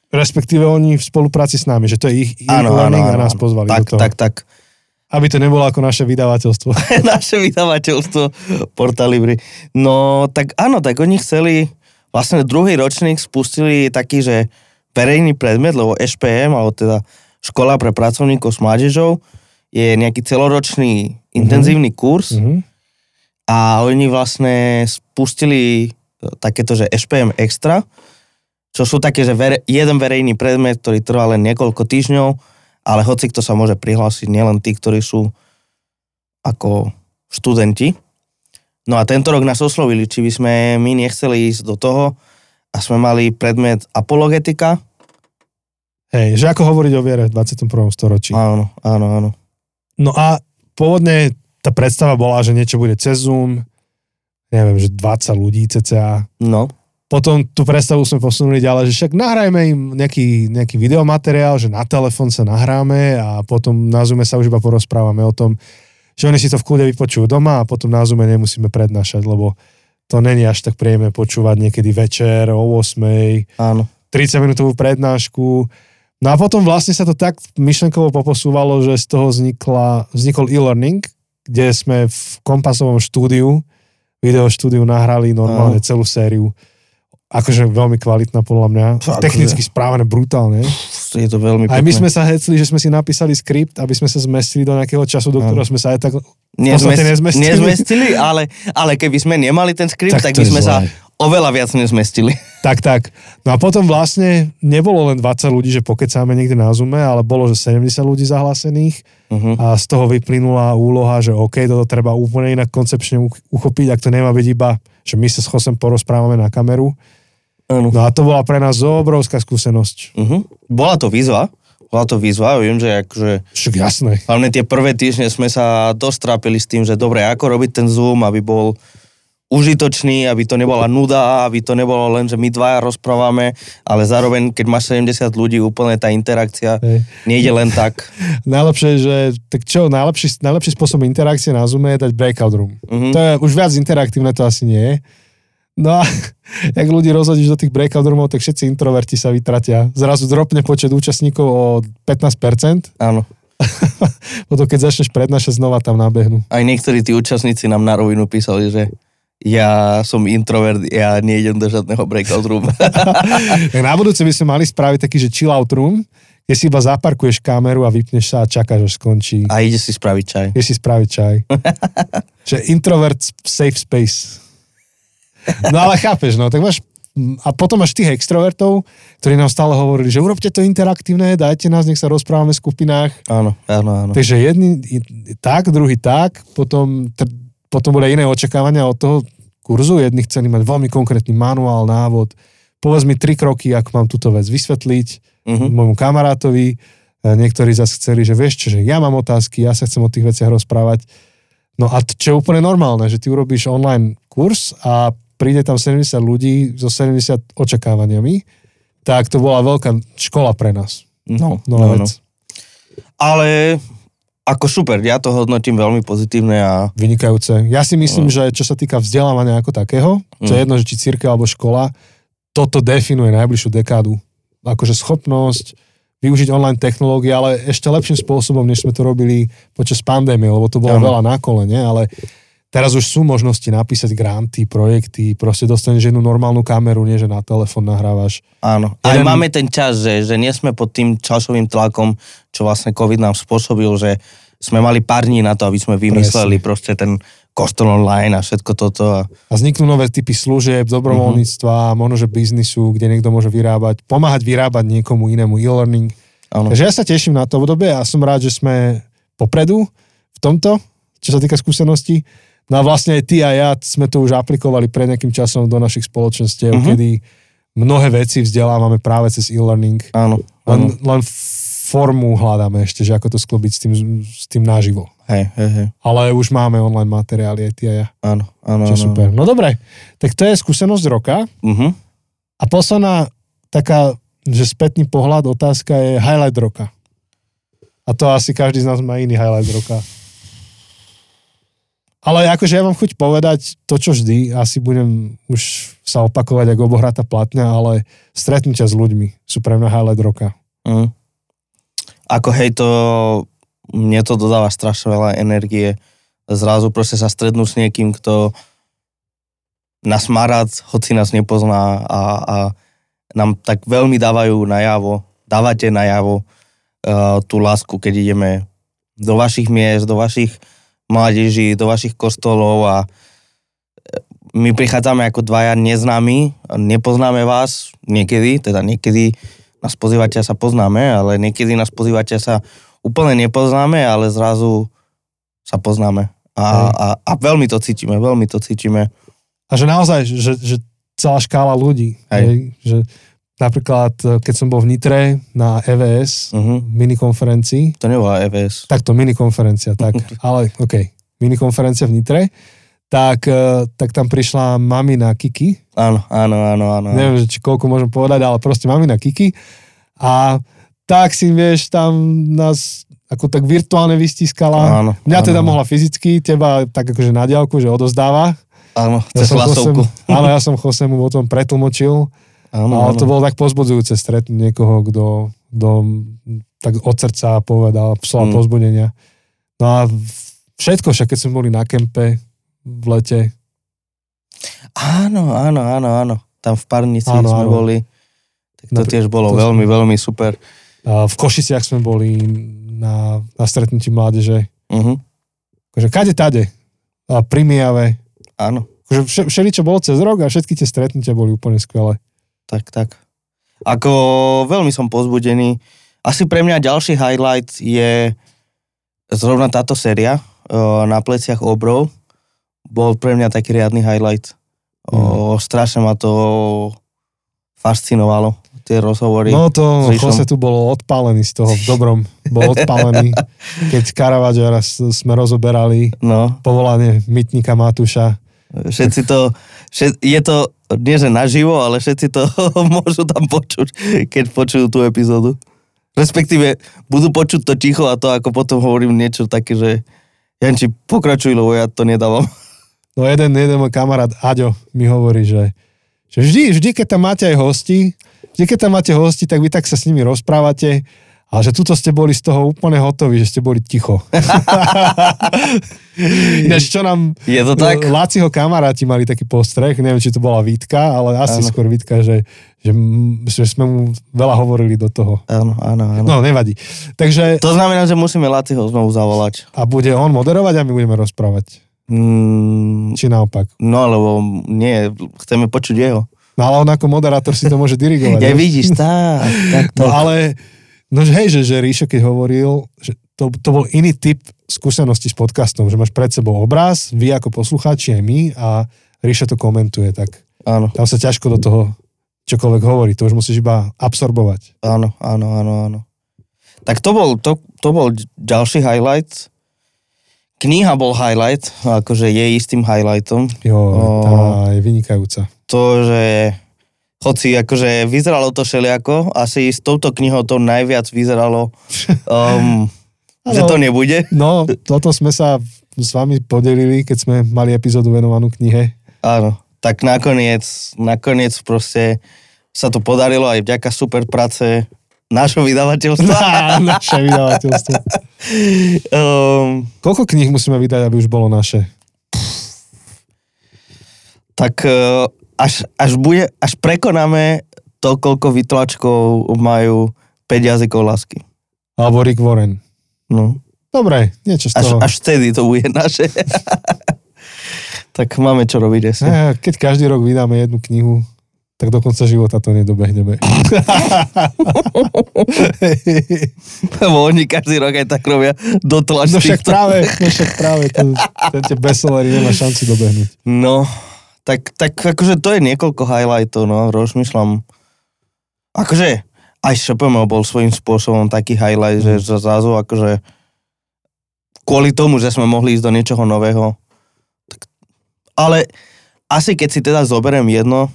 C: Respektíve oni v spolupráci s nami, že to je ich
D: Áno, áno,
C: e-learning
D: áno,
C: a nás
D: áno.
C: pozvali
D: tak,
C: do toho.
D: Tak, tak,
C: Aby to nebolo ako naše vydavateľstvo.
D: Naše vydavateľstvo Porta Libri. No, tak áno, tak oni chceli, vlastne druhý ročník spustili taký, že verejný predmet, lebo SPM, alebo teda Škola pre pracovníkov s mládežou, je nejaký celoročný intenzívny kurz.
C: Mhm.
D: A oni vlastne spustili takéto, že SPM Extra, čo sú také, že vere, jeden verejný predmet, ktorý trvá len niekoľko týždňov, ale hoci kto sa môže prihlásiť, nielen tí, ktorí sú ako študenti. No a tento rok nás oslovili, či by sme my nechceli ísť do toho a sme mali predmet apologetika.
C: Hej, že ako hovoriť o viere v 21. storočí.
D: Áno, áno, áno.
C: No a pôvodne tá predstava bola, že niečo bude cez Zoom, neviem, že 20 ľudí cca.
D: No,
C: Potom tú predstavu sme posunuli ďalej, že však nahrajme im nejaký, nejaký videomateriál, že na telefón sa nahráme a potom na Zoome sa už iba porozprávame o tom, že oni si to v kľude vypočujú doma a potom na Zoome nemusíme prednášať, lebo to není až tak príjemné počúvať niekedy večer o 8.
D: áno.
C: 30 minútovú prednášku. No a potom vlastne sa to tak myšlenkovo poposúvalo, že z toho vznikla, vznikol e-learning, kde sme v kompasovom štúdiu, videoštúdiu nahrali normálne celú sériu. Akože veľmi kvalitná podľa mňa.
D: Fakt,
C: Technicky správené brutálne.
D: Je to veľmi
C: Aj my
D: pekné.
C: sme sa hecli, že sme si napísali skript, aby sme sa zmestili do nejakého času, do ktorého sme sa aj tak... podstate nezmestili.
D: nezmestili ale, ale keby sme nemali ten skript,
C: Tak
D: tak, tak
C: to
D: by
C: je
D: sme
C: zlé.
D: sa oveľa viac nezmestili.
C: Tak, tak. No a potom vlastne nebolo len 20 ľudí, že pokecáme niekde na Zoome, ale bolo, že 70 ľudí zahlásených.
D: Uh-huh.
C: a z toho vyplynula úloha, že OK, toto treba úplne inak koncepčne uch- uchopiť, ak to nemá byť iba, že my sa s Chosem porozprávame na kameru.
D: Áno.
C: No a to bola pre nás obrovská skúsenosť.
D: Uh-huh. Bola to výzva. Bola to výzva. Viem, že akože,
C: Však jasné.
D: hlavne tie prvé týždne sme sa dosť trápili s tým, že dobre, ako robiť ten Zoom, aby bol užitočný, aby to nebola nuda, aby to nebolo len, že my dvaja rozprávame, ale zároveň, keď máš 70 ľudí, úplne tá interakcia
C: Hej.
D: nejde len tak.
C: Najlepšie, že tak čo, najlepší, najlepší spôsob interakcie na Zoome je dať breakout room.
D: Mhm.
C: To je už viac interaktívne, to asi nie je. No a jak ľudí rozhodíš do tých breakout roomov, tak všetci introverti sa vytratia. Zrazu dropne počet účastníkov o 15%,
D: Áno.
C: potom keď začneš prednášať, znova tam nabehnú.
D: aj niektorí tí účastníci nám na rovinu písali, že ja som introvert, ja nejdem do žiadneho breakout room.
C: Tak na budúce by sme mali spraviť taký, že chill out room, kde si iba zaparkuješ kameru a vypneš sa a čakáš, až skončí.
D: A ide si spraviť čaj.
C: Vieš si spraviť čaj. že introvert safe space. No ale chápeš, no, tak máš a potom máš tých extrovertov, ktorí nám stále hovorili, že urobte to interaktívne, dajte nás, nech sa rozprávame v skupinách.
D: Áno, áno, áno.
C: Takže jedni i- tak, druhý tak, potom, tr- potom bude iné očakávania od toho kurzu. Jedni chceli mať veľmi konkrétny manuál, návod. Povedz mi tri kroky, ako mám túto vec vysvetliť
D: Mhm.
C: môjmu kamarátovi. E, Niektorí zase chceli, že vieš čo, že ja mám otázky, ja sa chcem o tých veciach rozprávať. No a t- čo je úplne normálne, že ty urobíš online kurz a príde tam 70 ľudí so 70 očakávaniami, tak no, to bola veľká škola pre nás.
D: No,
C: No, no, no.
D: Ale ako super, ja to hodnotím veľmi pozitívne a
C: Vynikajúce. Ja si myslím, že čo sa týka vzdelávania ako takého, čo je jedno, že či církev alebo škola, toto definuje najbližšiu dekádu. Akože schopnosť využiť online technológie, ale ešte lepším spôsobom, než sme to robili počas pandémie, lebo to bolo
B: Áno.
C: veľa na kolene, ale teraz už sú možnosti napísať granty, projekty, proste dostaneš jednu normálnu kameru, nie že na telefón nahrávaš.
D: áno. Aj
C: Jeden-
D: máme ten čas, že, že nie sme pod tým časovým tlakom, čo vlastne COVID nám spôsobil, že sme mali pár dní na to, aby sme vymysleli Presne. proste ten kostol online a všetko toto. A,
C: A vzniknú nové typy služieb,
D: Mhm.
C: dobrovoľníctva, možno že biznisu, kde niekto môže vyrábať, pomáhať vyrábať niekomu inému e-learning.
D: áno.
C: Takže ja sa teším na to obdobie a som rád, že sme popredu v tomto, čo sa týka skúseností. No a vlastne aj ty a ja sme to už aplikovali pred nejakým časom do našich spoločenstiev,
D: Mhm.
C: mm-hmm. kedy mnohé veci vzdelávame práve cez e-learning.
D: áno, áno.
C: Len, len formu hľadáme ešte, že ako to sklobiť s tým, s tým naživo.
D: Hej, hej, hej.
C: Ale už máme online materiály aj ty a ja,
D: Áno, áno, áno.
C: čo je super. No dobre, tak to je skúsenosť roka.
D: Mhm.
C: A posledná taká, že spätný pohľad, otázka je highlight roka. A to asi každý z nás má iný highlight roka. Ale akože ja mám chuť povedať to, čo vždy, asi budem už sa opakovať ako obohratá platňa, ale stretnutia s ľuďmi sú pre mňa highlight roka.
D: Mm. Ako hej, to mne to dodáva strašne veľa energie. Zrazu proste sa strednú s niekým, kto nás má rád, hoci nás nepozná a, a nám tak veľmi dávajú najavo, dávate najavo uh, tú lásku, keď ideme do vašich miest, do vašich mládeží, do vašich kostolov a eh, my prichádzame ako dvaja neznámi, nepoznáme vás niekedy, teda niekedy nás pozývate a sa poznáme, ale niekedy nás pozývate a sa úplne nepoznáme, ale zrazu sa poznáme. A,
C: Hej.
D: a, a veľmi to cítime, veľmi to cítime.
C: A že naozaj, že, že celá škála ľudí.
D: Hej.
C: Hej. Že napríklad, eh, keď som bol v Nitre na EVS,
D: Uh-huh.
C: minikonferencii,
D: To E nebola EVS.
C: Takto, minikonferencia, tak. Ale okej, minikonferencia v Nitre. Tak, eh, tak tam prišla mamina Kiki.
D: Áno, áno, áno, áno. áno.
C: Neviem, že či koľko môžem povedať, ale proste mamina Kiki. A tak si, vieš, tam nás ako tak virtuálne vystiskala.
D: Áno,
C: Mňa teda
D: áno.
C: mohla fyzicky, teba tak akože na diálku, že odozdáva.
D: Áno, cez hlasovku.
C: Chosem- áno, ja som Chosemu potom pretlmočil.
D: Áno,
C: No, Ale
D: áno.
C: to bolo tak pozbudzujúce stretnúť niekoho, kto, kto tak od srdca povedal
D: Mm.
C: slova mm. pozbudenia. No a všetko, však keď sme boli na kempe v lete,
D: Áno, áno, áno, áno. Tam v Parnici áno,
C: Áno,
D: sme áno.
C: áno.
D: boli. Tak to
C: Napr-
D: tiež bolo
C: to sme-
D: veľmi, veľmi super.
C: a v Košiciach sme boli na, na stretnutí mládeže,
D: Uh-huh.
C: akože kade tade, a pri Mijave,
D: Áno,
C: akože vše, všeličo bolo cez rok a všetky tie stretnutia boli úplne skvelé.
D: tak, tak. Ako veľmi som pozbudený. Asi pre mňa ďalší highlight je zrovna táto séria o, na pleciach obrov. Bol pre mňa taký riadny highlight. O,
C: Mhm.
D: Strašne ma to fascinovalo, tie rozhovory.
C: No to
D: Slyšom.
C: Jose tu bolo odpálený z toho, v dobrom bol odpálený, keď Caravaggio raz sme rozoberali
D: no.
C: povolanie mytníka Matúša.
D: Všetci to, všet, je to, nie že naživo, ale všetci to môžu tam počuť, keď počujú tú epizódu. Respektíve budú počuť to ticho a to, ako potom hovorím niečo také, že Janči, pokračuj, lebo ja to nedávam.
C: No jeden, jeden môj kamarát Aďo mi hovorí, že, že vždy, vždy, keď tam máte aj hosti, vždy, keď tam máte hosti, tak vy tak sa s nimi rozprávate, ale že tuto ste boli z toho úplne hotoví, že ste boli ticho. Ináč, čo nám
D: Je to No tak?
C: e, Laciho kamaráti mali taký postreh, neviem, či to bola Vítka, ale asi
D: Áno.
C: skôr Vítka, že, že, m- že sme mu veľa hovorili do toho.
D: Áno, áno, áno.
C: No, nevadí. Takže
D: To znamená, že musíme Laciho znovu zavolať.
C: a bude on moderovať a my budeme rozprávať.
D: Mm,
C: Či naopak.
D: no, lebo nie, chceme počuť jeho.
C: No ale on ako moderátor si to môže dirigovať.
D: Ja
C: vieš?
D: vidíš, tak, tak,
C: No
D: tak.
C: ale, no že hej, že, že Ríšo keď hovoril, že to, to bol iný typ skúsenosti s podcastom, že máš pred sebou obraz, vy ako poslucháči aj my a Ríšo to komentuje, tak
D: Áno,
C: tam sa ťažko do toho čokoľvek hovorí, to už musíš iba absorbovať.
D: Áno, áno, áno, áno. Tak to bol, to, to bol ď- ďalší highlight. Kniha bol highlight, akože je istým highlightom.
C: Jo,
D: Ó.
C: tá je vynikajúca.
D: To, že hoci akože vyzeralo to všelijako, asi s touto knihou to najviac vyzeralo um, že to nebude.
C: No, toto sme sa s vami podelili, keď sme mali epizódu venovanú knihe.
D: Áno, tak nakoniec, nakoniec proste sa to podarilo aj vďaka super práce nášho vydavateľstva.
C: Á, naše vydavateľstvo.
D: um,
C: Koľko kníh musíme vydať, aby už bolo naše?
D: tak eh, až, až, bude, až prekonáme to, koľko vytlačkov majú 5 jazykov lásky.
C: Alebo Rick Warren.
D: No.
C: Dobre, niečo z
D: Až,
C: toho.
D: až vtedy to bude naše. tak máme čo robiť asi.
C: Eh, Keď každý rok vydáme jednu knihu, tak do konca života to nedobehneme.
D: Lebo oni každý rok aj tak robia dotlač
C: No však
D: týchto.
C: práve, no však práve, ten, ten tie bestsellery nemá šanci dobehnúť.
D: No, tak, tak akože to je niekoľko highlightov, no, rozmýšľam. Akože aj Šepemo bol svojím spôsobom taký highlight, že za- zrazu akože kvôli tomu, že sme mohli ísť do niečoho nového. Tak, ale asi keď si teda zoberiem jedno,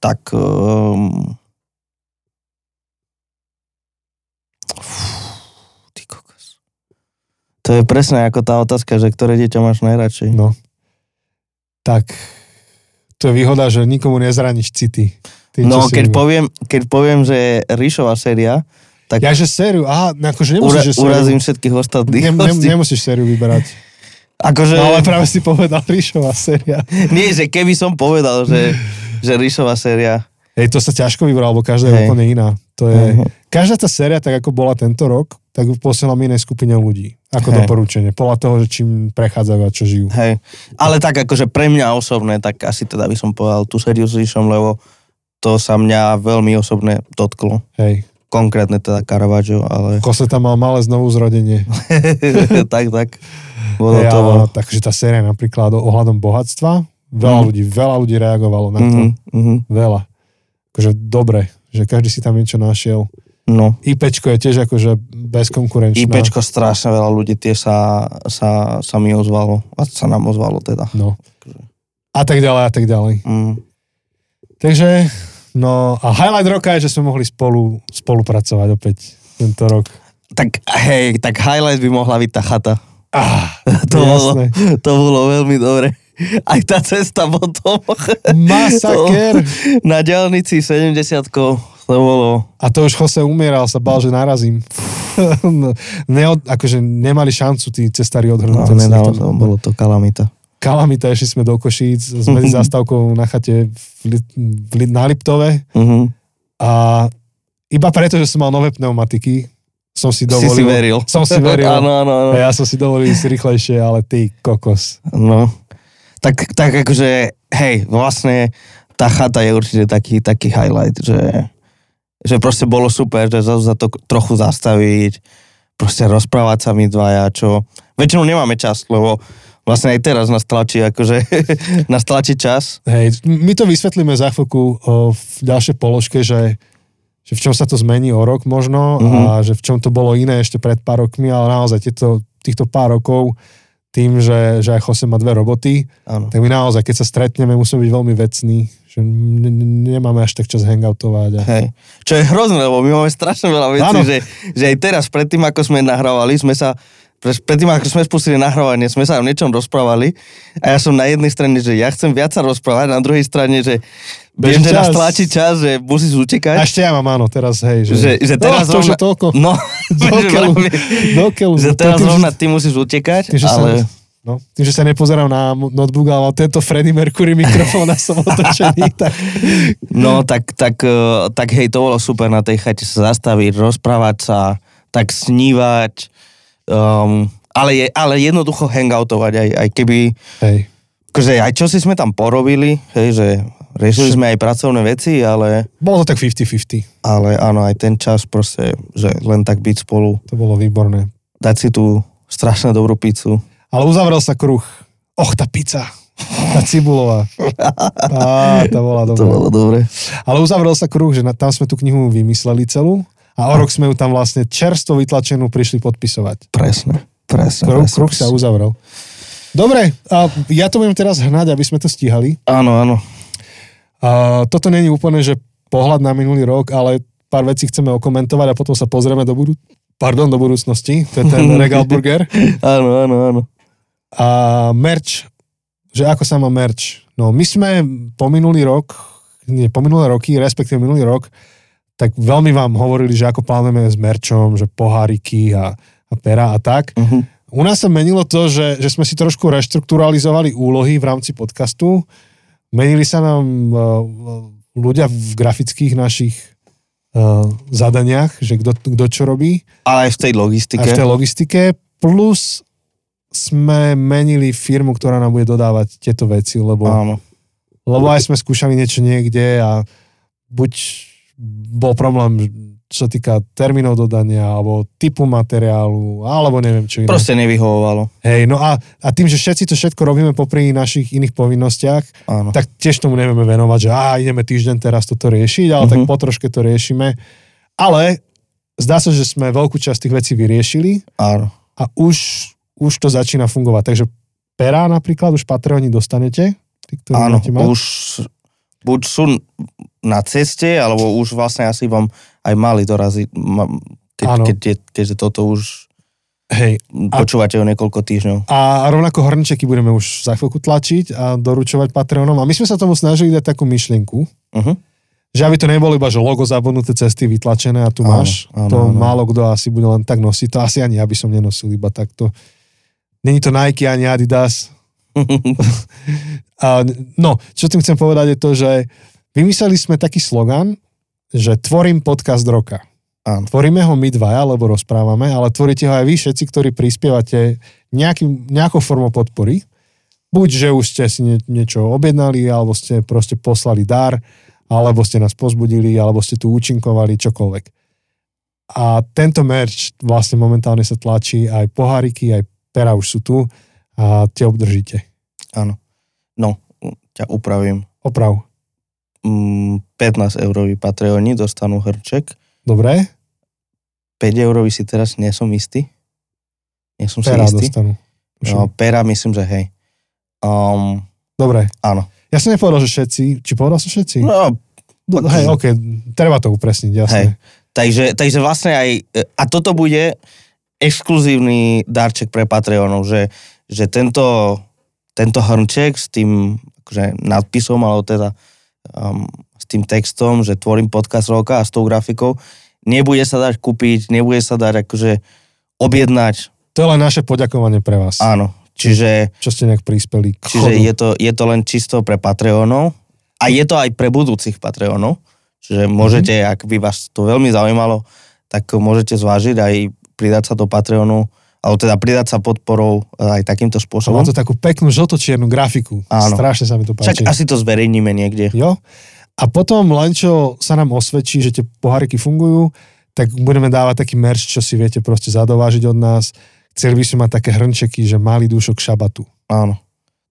D: tak um, ty kokos. To je presne ako tá otázka, že ktoré dieťa máš najradšej.
C: No. Tak to je výhoda, že nikomu nezraníš city. Ty, čo
D: No,
C: si
D: keď
C: ľúbil.
D: poviem, keď poviem, že Ríšová séria, tak ja,
C: Ja že sériu, aha, no akože nemusíš,
D: ura,
C: že sériu.
D: urazím všetkých ostatných.
C: Nem, nem,
D: hostí.
C: nemusíš sériu vyberať.
D: akože,
C: No ale práve si povedal Ríšová séria.
D: nie, že keby som povedal, že, že Ríšová séria,
C: Hej, to sa ťažko vybralo, lebo každá je
D: Hej.
C: úplne iná. To je,
D: Mhm.
C: Každá tá séria, tak ako bola tento rok, tak ju posielam inej skupine ľudí. Ako
D: Hej.
C: doporučenie. Podľa toho, že čím prechádzajú a čo žijú.
D: hej. Ale tak akože pre mňa osobné, tak asi teda by som povedal tú sériu s Ríšom, lebo to sa mňa veľmi osobne dotklo.
C: Hej.
D: Konkrétne teda Caravaggio, ale
C: Kose tam mal malé znovu zrodenie.
D: tak, tak. Bolo to...
C: a, takže tá séria napríklad o- ohľadom bohatstva, veľa
D: Mhm.
C: ľudí, veľa ľudí reagovalo na to.
D: Mhm, mhm,
C: Veľa. Akože dobre, že každý si tam niečo našiel.
D: no.
C: IPčko je tiež akože bezkonkurenčná.
D: IPčko strašne veľa ľudí tie sa, sa, sa mi ozvalo. A sa nám ozvalo teda.
C: No. A tak ďalej, a tak ďalej.
D: Mm.
C: Takže, no a highlight roka je, že sme mohli spolu spolupracovať opäť tento rok.
D: Tak hej, tak highlight by mohla byť tá chata.
C: Ah,
D: To bolo,
C: jasné.
D: to bolo veľmi dobre. Aj tá cesta potom
C: Masaker.
D: na diálnici 70 to bolo...
C: A to už Jose umieral, sa bál, že narazím. No, Neod, akože nemali šancu tí cestári
D: No,
C: odhrnúť. ten sneh.
D: nedalo, to, bolo to kalamita.
C: Kalamita, išli sme do Košíc s medzi zastávkou na chate v, Lit- v, Lit- na Liptove
D: Mhm.
C: a iba preto, že som mal nové pneumatiky, som si
D: Si
C: dovolil.
D: si veril.
C: Som si veril.
D: Áno, áno, áno.
C: A ja som si dovolil ísť rýchlejšie, ale ty kokos.
D: No. Tak, tak akože, hej, vlastne tá chata je určite taký, taký highlight, že, že proste bolo super, že zrazu sa to trochu zastaviť, proste rozprávať sa my dvaja, čo väčšinou nemáme čas, lebo vlastne aj teraz nás tlačí, akože nás tlačí čas.
C: Hej, my to vysvetlíme za chvíľku o, v ďalšej položke, že, že v čom sa to zmení o rok možno mm-hmm.
D: Mhm.
C: a že v čom to bolo iné ešte pred pár rokmi, ale naozaj tieto, týchto pár rokov tým, že, že aj Jose má dve roboty,
D: Áno.
C: tak my naozaj, keď sa stretneme, musíme byť veľmi vecní, že n- n- nemáme až tak čas hangoutovať. A...
D: Hej. Čo je hrozné, lebo my máme strašne veľa vecí,
C: Áno.
D: že, že aj teraz, predtým ako sme nahrávali, sme sa pre- predtým, ako sme spustili nahrávanie, sme sa o niečom rozprávali a ja som na jednej strane, že ja chcem viac sa rozprávať, na druhej strane, že viem,
C: Bež
D: že nás
C: čas.
D: tlačí čas, že musíš
C: A
D: utekať.
C: ešte ja mám áno, teraz hej, že,
D: Že, že teraz
C: no, to už je
D: rovna...
C: toľko.
D: No,
C: Do
D: že
C: keľu,
D: veľmi-
C: do keľu, No,
D: že
C: to je
D: teraz
C: tým, že-
D: rovna ty musíš utekať,
C: Tým, že
D: ale...
C: sa, no, tým, že sa nepozerám na mo- notebook, ale mám tento Freddy Mercury mikrofón a som otočený, tak
D: No, tak, tak, eh, tak hej, to bolo super na tej chate sa zastaviť, rozprávať sa, tak snívať, um, ale, je, ale jednoducho hangoutovať, aj, aj keby,
C: hej.
D: akože aj čo si sme tam porobili, hej, že riešili sme aj pracovné veci, ale,
C: Bolo to tak 50-50.
D: ale áno, aj ten čas proste, že len tak byť spolu,
C: To bolo výborné.
D: dať si tú strašne dobrú pizzu.
C: Ale uzavrel sa kruh. Och, tá pizza. Tá cibulová. Á, tá bola
D: To bolo dobre.
C: dobrá. Ale uzavrel sa kruh, že na, tam sme tú knihu vymysleli celú a o rok sme ju tam vlastne čerstvo vytlačenú prišli podpisovať.
D: Presne, presne.
C: Kruh,
D: presne,
C: kruh sa
D: presne.
C: uzavrel. Dobre, a ja to budem teraz hnať, aby sme to stíhali.
D: Áno, áno.
C: A toto není úplne, že pohľad na minulý rok, ale pár vecí chceme okomentovať a potom sa pozrieme do, budú- pardon, do budúcnosti, to je ten regál burger.
D: Áno, áno, áno.
C: A merch, že ako sa má merch? No my sme po minulý rok, nie, po minulé roky, respektíve minulý rok, tak veľmi vám hovorili, že ako plánujeme s merčom, že poháriky a, a pera a tak.
D: Mhm.
C: U nás sa menilo to, že, že sme si trošku reštrukturalizovali úlohy v rámci podcastu. Menili sa nám eh, ľudia v grafických našich eh, zadaniach, že kto, kto čo robí
D: Ale aj v tej
C: aj
D: logistike.
C: v tej logistike, plus sme menili firmu, ktorá nám bude dodávať tieto veci, lebo,
D: Áno.
C: lebo aj sme skúšali niečo niekde a buď bol problém, čo sa týka termínov dodania, alebo typu materiálu, alebo neviem čo iné.
D: Proste nevyhovovalo.
C: Hej, no a, a tým, že všetci to všetko robíme popri našich iných povinnostiach,
D: Áno.
C: tak tiež tomu nevieme venovať, že á, ideme týždeň teraz toto riešiť, ale
D: Mhm.
C: tak po troške to riešime. Ale zdá sa, že sme veľkú časť tých vecí vyriešili
D: áno.
C: a už, už to začína fungovať. Takže perá napríklad už Patreoni dostanete. Tí, ktorí
D: Áno,
C: máte mať.
D: už buď sú na ceste, alebo už vlastne asi vám aj mali doraziť, ma- keď,
C: Áno.
D: keď, je- keďže toto už
C: Hej.
D: počúvate o niekoľko týždňov.
C: A rovnako hornčeky budeme už za chvíľku tlačiť a doručovať Patreonom. A my sme sa tomu snažili dať takú myšlienku,
D: Uh-huh.
C: že aby to nebolo iba, že logo zabudnuté cesty vytlačené a tu
D: Áno,
C: máš.
D: áno,
C: to
D: áno.
C: málo kto asi bude len tak nosiť. To asi ani ja by som nenosil iba takto. Není to Nike ani Adidas. A, no, čo tým chcem povedať je to, že vymysleli sme taký slogan, že tvorím podcast roka.
D: Áno.
C: Tvoríme ho my dvaja, lebo rozprávame, ale tvoríte ho aj vy všetci, ktorí prispievate nejakým, nejakou formou podpory. Buď, že už ste si nie, niečo objednali, alebo ste proste poslali dar, alebo ste nás pozbudili, alebo ste tu účinkovali, čokoľvek. A tento merch vlastne momentálne sa tlačí, aj poháriky, aj pera už sú tu a tie obdržíte.
D: Áno. No, ťa upravím.
C: Oprav.
D: Mm, 15 eurový Patreoni dostanú hrček.
C: Dobre?
D: 5 eurový si teraz nie som istý. Nie som si
C: Pera
D: istý.
C: dostanú.
D: No,
C: No.
D: pera myslím, že hej. Um,
C: Dobre.
D: áno.
C: Ja som nepovedal, že všetci. Či povedal som všetci?
D: No,
C: No, hej, OK, treba to upresniť, jasne.
D: Takže, takže vlastne aj, a toto bude exkluzívny darček pre Patreonov, že, že tento, tento hrnček s tým akože, nadpisom, alebo teda um, s tým textom, že tvorím podcast roka a s tou grafikou, nebude sa dať kúpiť, nebude sa dať akože objednať,
C: To je len naše poďakovanie pre vás, A.
D: áno. Čiže,
C: čo ste nejak prispeli k
D: čiže
C: chodu.
D: je, to, je to len čisto pre Patreonov a je to aj pre budúcich Patreonov. Čiže môžete,
C: Mhm.
D: mm-hmm. ak by vás to veľmi zaujímalo, tak môžete zvážiť aj pridať sa do Patreonu, alebo teda pridať sa podporou e, aj takýmto
C: A má
D: spôsobom.
C: to takú peknú žltočiernu grafiku.
D: Áno.
C: Strašne sa mi to páči.
D: Však asi to zverejníme niekde.
C: Jo? A potom len čo sa nám osvedčí, že tie poháriky fungujú, tak budeme dávať taký merch, čo si viete proste zadovážiť od nás. Chceli by sme mať také hrnčeky, že malý dušok šabatu.
D: Áno.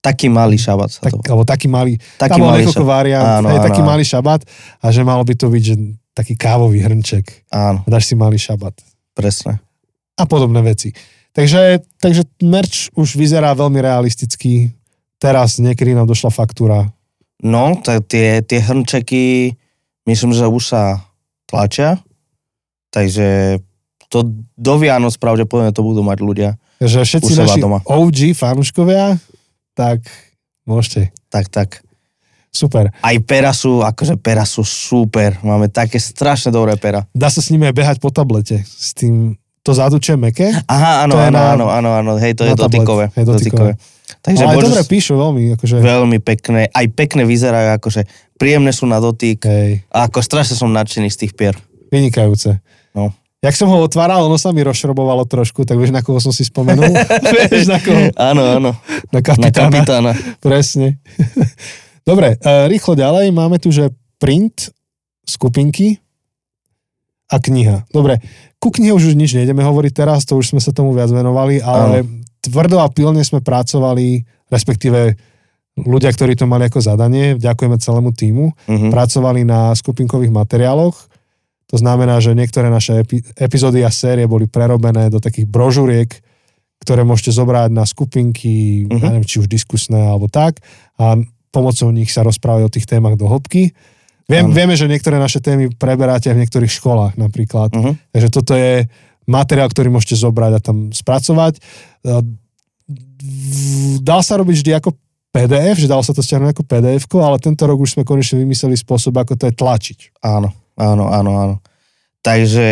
D: Taký malý šabat sa
C: Tak,
D: to.
C: alebo taký malý,
D: Taký
C: tam bol
D: malý
C: niekoľko
D: šabat.
C: variant,
D: Áno,
C: hej,
D: áno,
C: taký
D: áno.
C: malý šabat a že malo by to byť, že taký kávový hrnček.
D: Áno,
C: Dáš si malý šabat.
D: presne.
C: a podobné veci. Takže, takže merch už vyzerá veľmi realisticky. Teraz niekedy nám došla faktúra.
D: No, tak tie, tie hrnčeky, myslím, že už sa tlačia. Takže to do Vianoc pravdepodobne to budú mať ľudia.
C: Že všetci
D: U seba
C: naši
D: doma.
C: OG fanúškovia, tak môžete.
D: Tak, tak.
C: Super.
D: Aj pera sú, akože pera sú super. Máme také strašne dobré pera.
C: Dá sa s nimi aj behať po tablete. S tým, to zadučie meké.
D: Aha, áno,
C: To je
D: áno,
C: na-
D: áno, áno, áno, hej, to je
C: na tablet.
D: dotykové.
C: Hej, dotykové. No,
D: dotykové. Takže
C: Ale aj
D: môžeš,
C: dobre píšu veľmi, akože,
D: veľmi pekné, aj pekné vyzerajú, akože príjemné sú na dotyk.
C: hej,
D: A ako strašne som nadšený z tých pier.
C: vynikajúce.
D: No.
C: Jak som ho otváral, ono sa mi rozšrobovalo trošku, tak vieš, na koho som si spomenul? vieš, na koho?
D: Áno, áno, na
C: Na kapitána.
D: kapitána.
C: Presne. Dobre, e, rýchlo ďalej. Máme tu, že print, skupinky a kniha. Dobre, ku knihe už, už nič nejdeme hovoriť teraz, to už sme sa tomu viac venovali, ale tvrdo a pilne sme pracovali, respektíve ľudia, ktorí to mali ako zadanie, ďakujeme celému týmu,
D: Mhm.
C: pracovali na skupinkových materiáloch. To znamená, že niektoré naše epi- epizódy a série boli prerobené do takých brožuriek, ktoré môžete zobrať na
D: Mhm.
C: skupinky, uh-huh. ja neviem, či už diskusné alebo tak, a pomocou nich sa rozprávajú o tých témach do hĺbky. Viem,
D: Áno.
C: vieme, že niektoré naše témy preberáte aj v niektorých školách napríklad.
D: Mhm.
C: Takže toto je materiál, ktorý môžete zobrať a tam spracovať. Eh, v- Dal sa robiť vždy ako PDF, že dalo sa to stiahnuť ako pdf ale tento rok už sme konečne vymysleli spôsob, ako to je tlačiť.
D: Áno, áno, áno, áno. Takže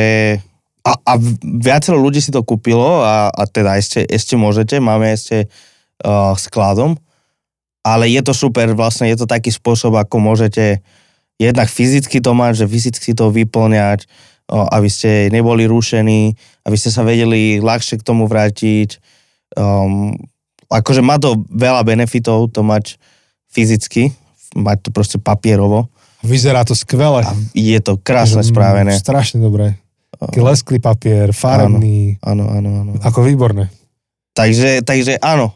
D: a, a viacero ľudí si to kúpilo a, a teda ešte, ešte môžete, máme ešte uh, skladom, ale je to super, vlastne je to taký spôsob, ako môžete jednak fyzicky to mať, že fyzicky to vyplňať, uh, aby ste neboli rušení, aby ste sa vedeli ľahšie k tomu vrátiť. Um, akože má to veľa benefitov to mať fyzicky, mať to proste papierovo.
C: Vyzerá to skvele.
D: A je to krásne
C: Mm,
D: spravené.
C: Strašne dobré. Taký lesklý papier, farebný,
D: Áno, áno, áno.
C: ako výborné.
D: Takže, takže áno,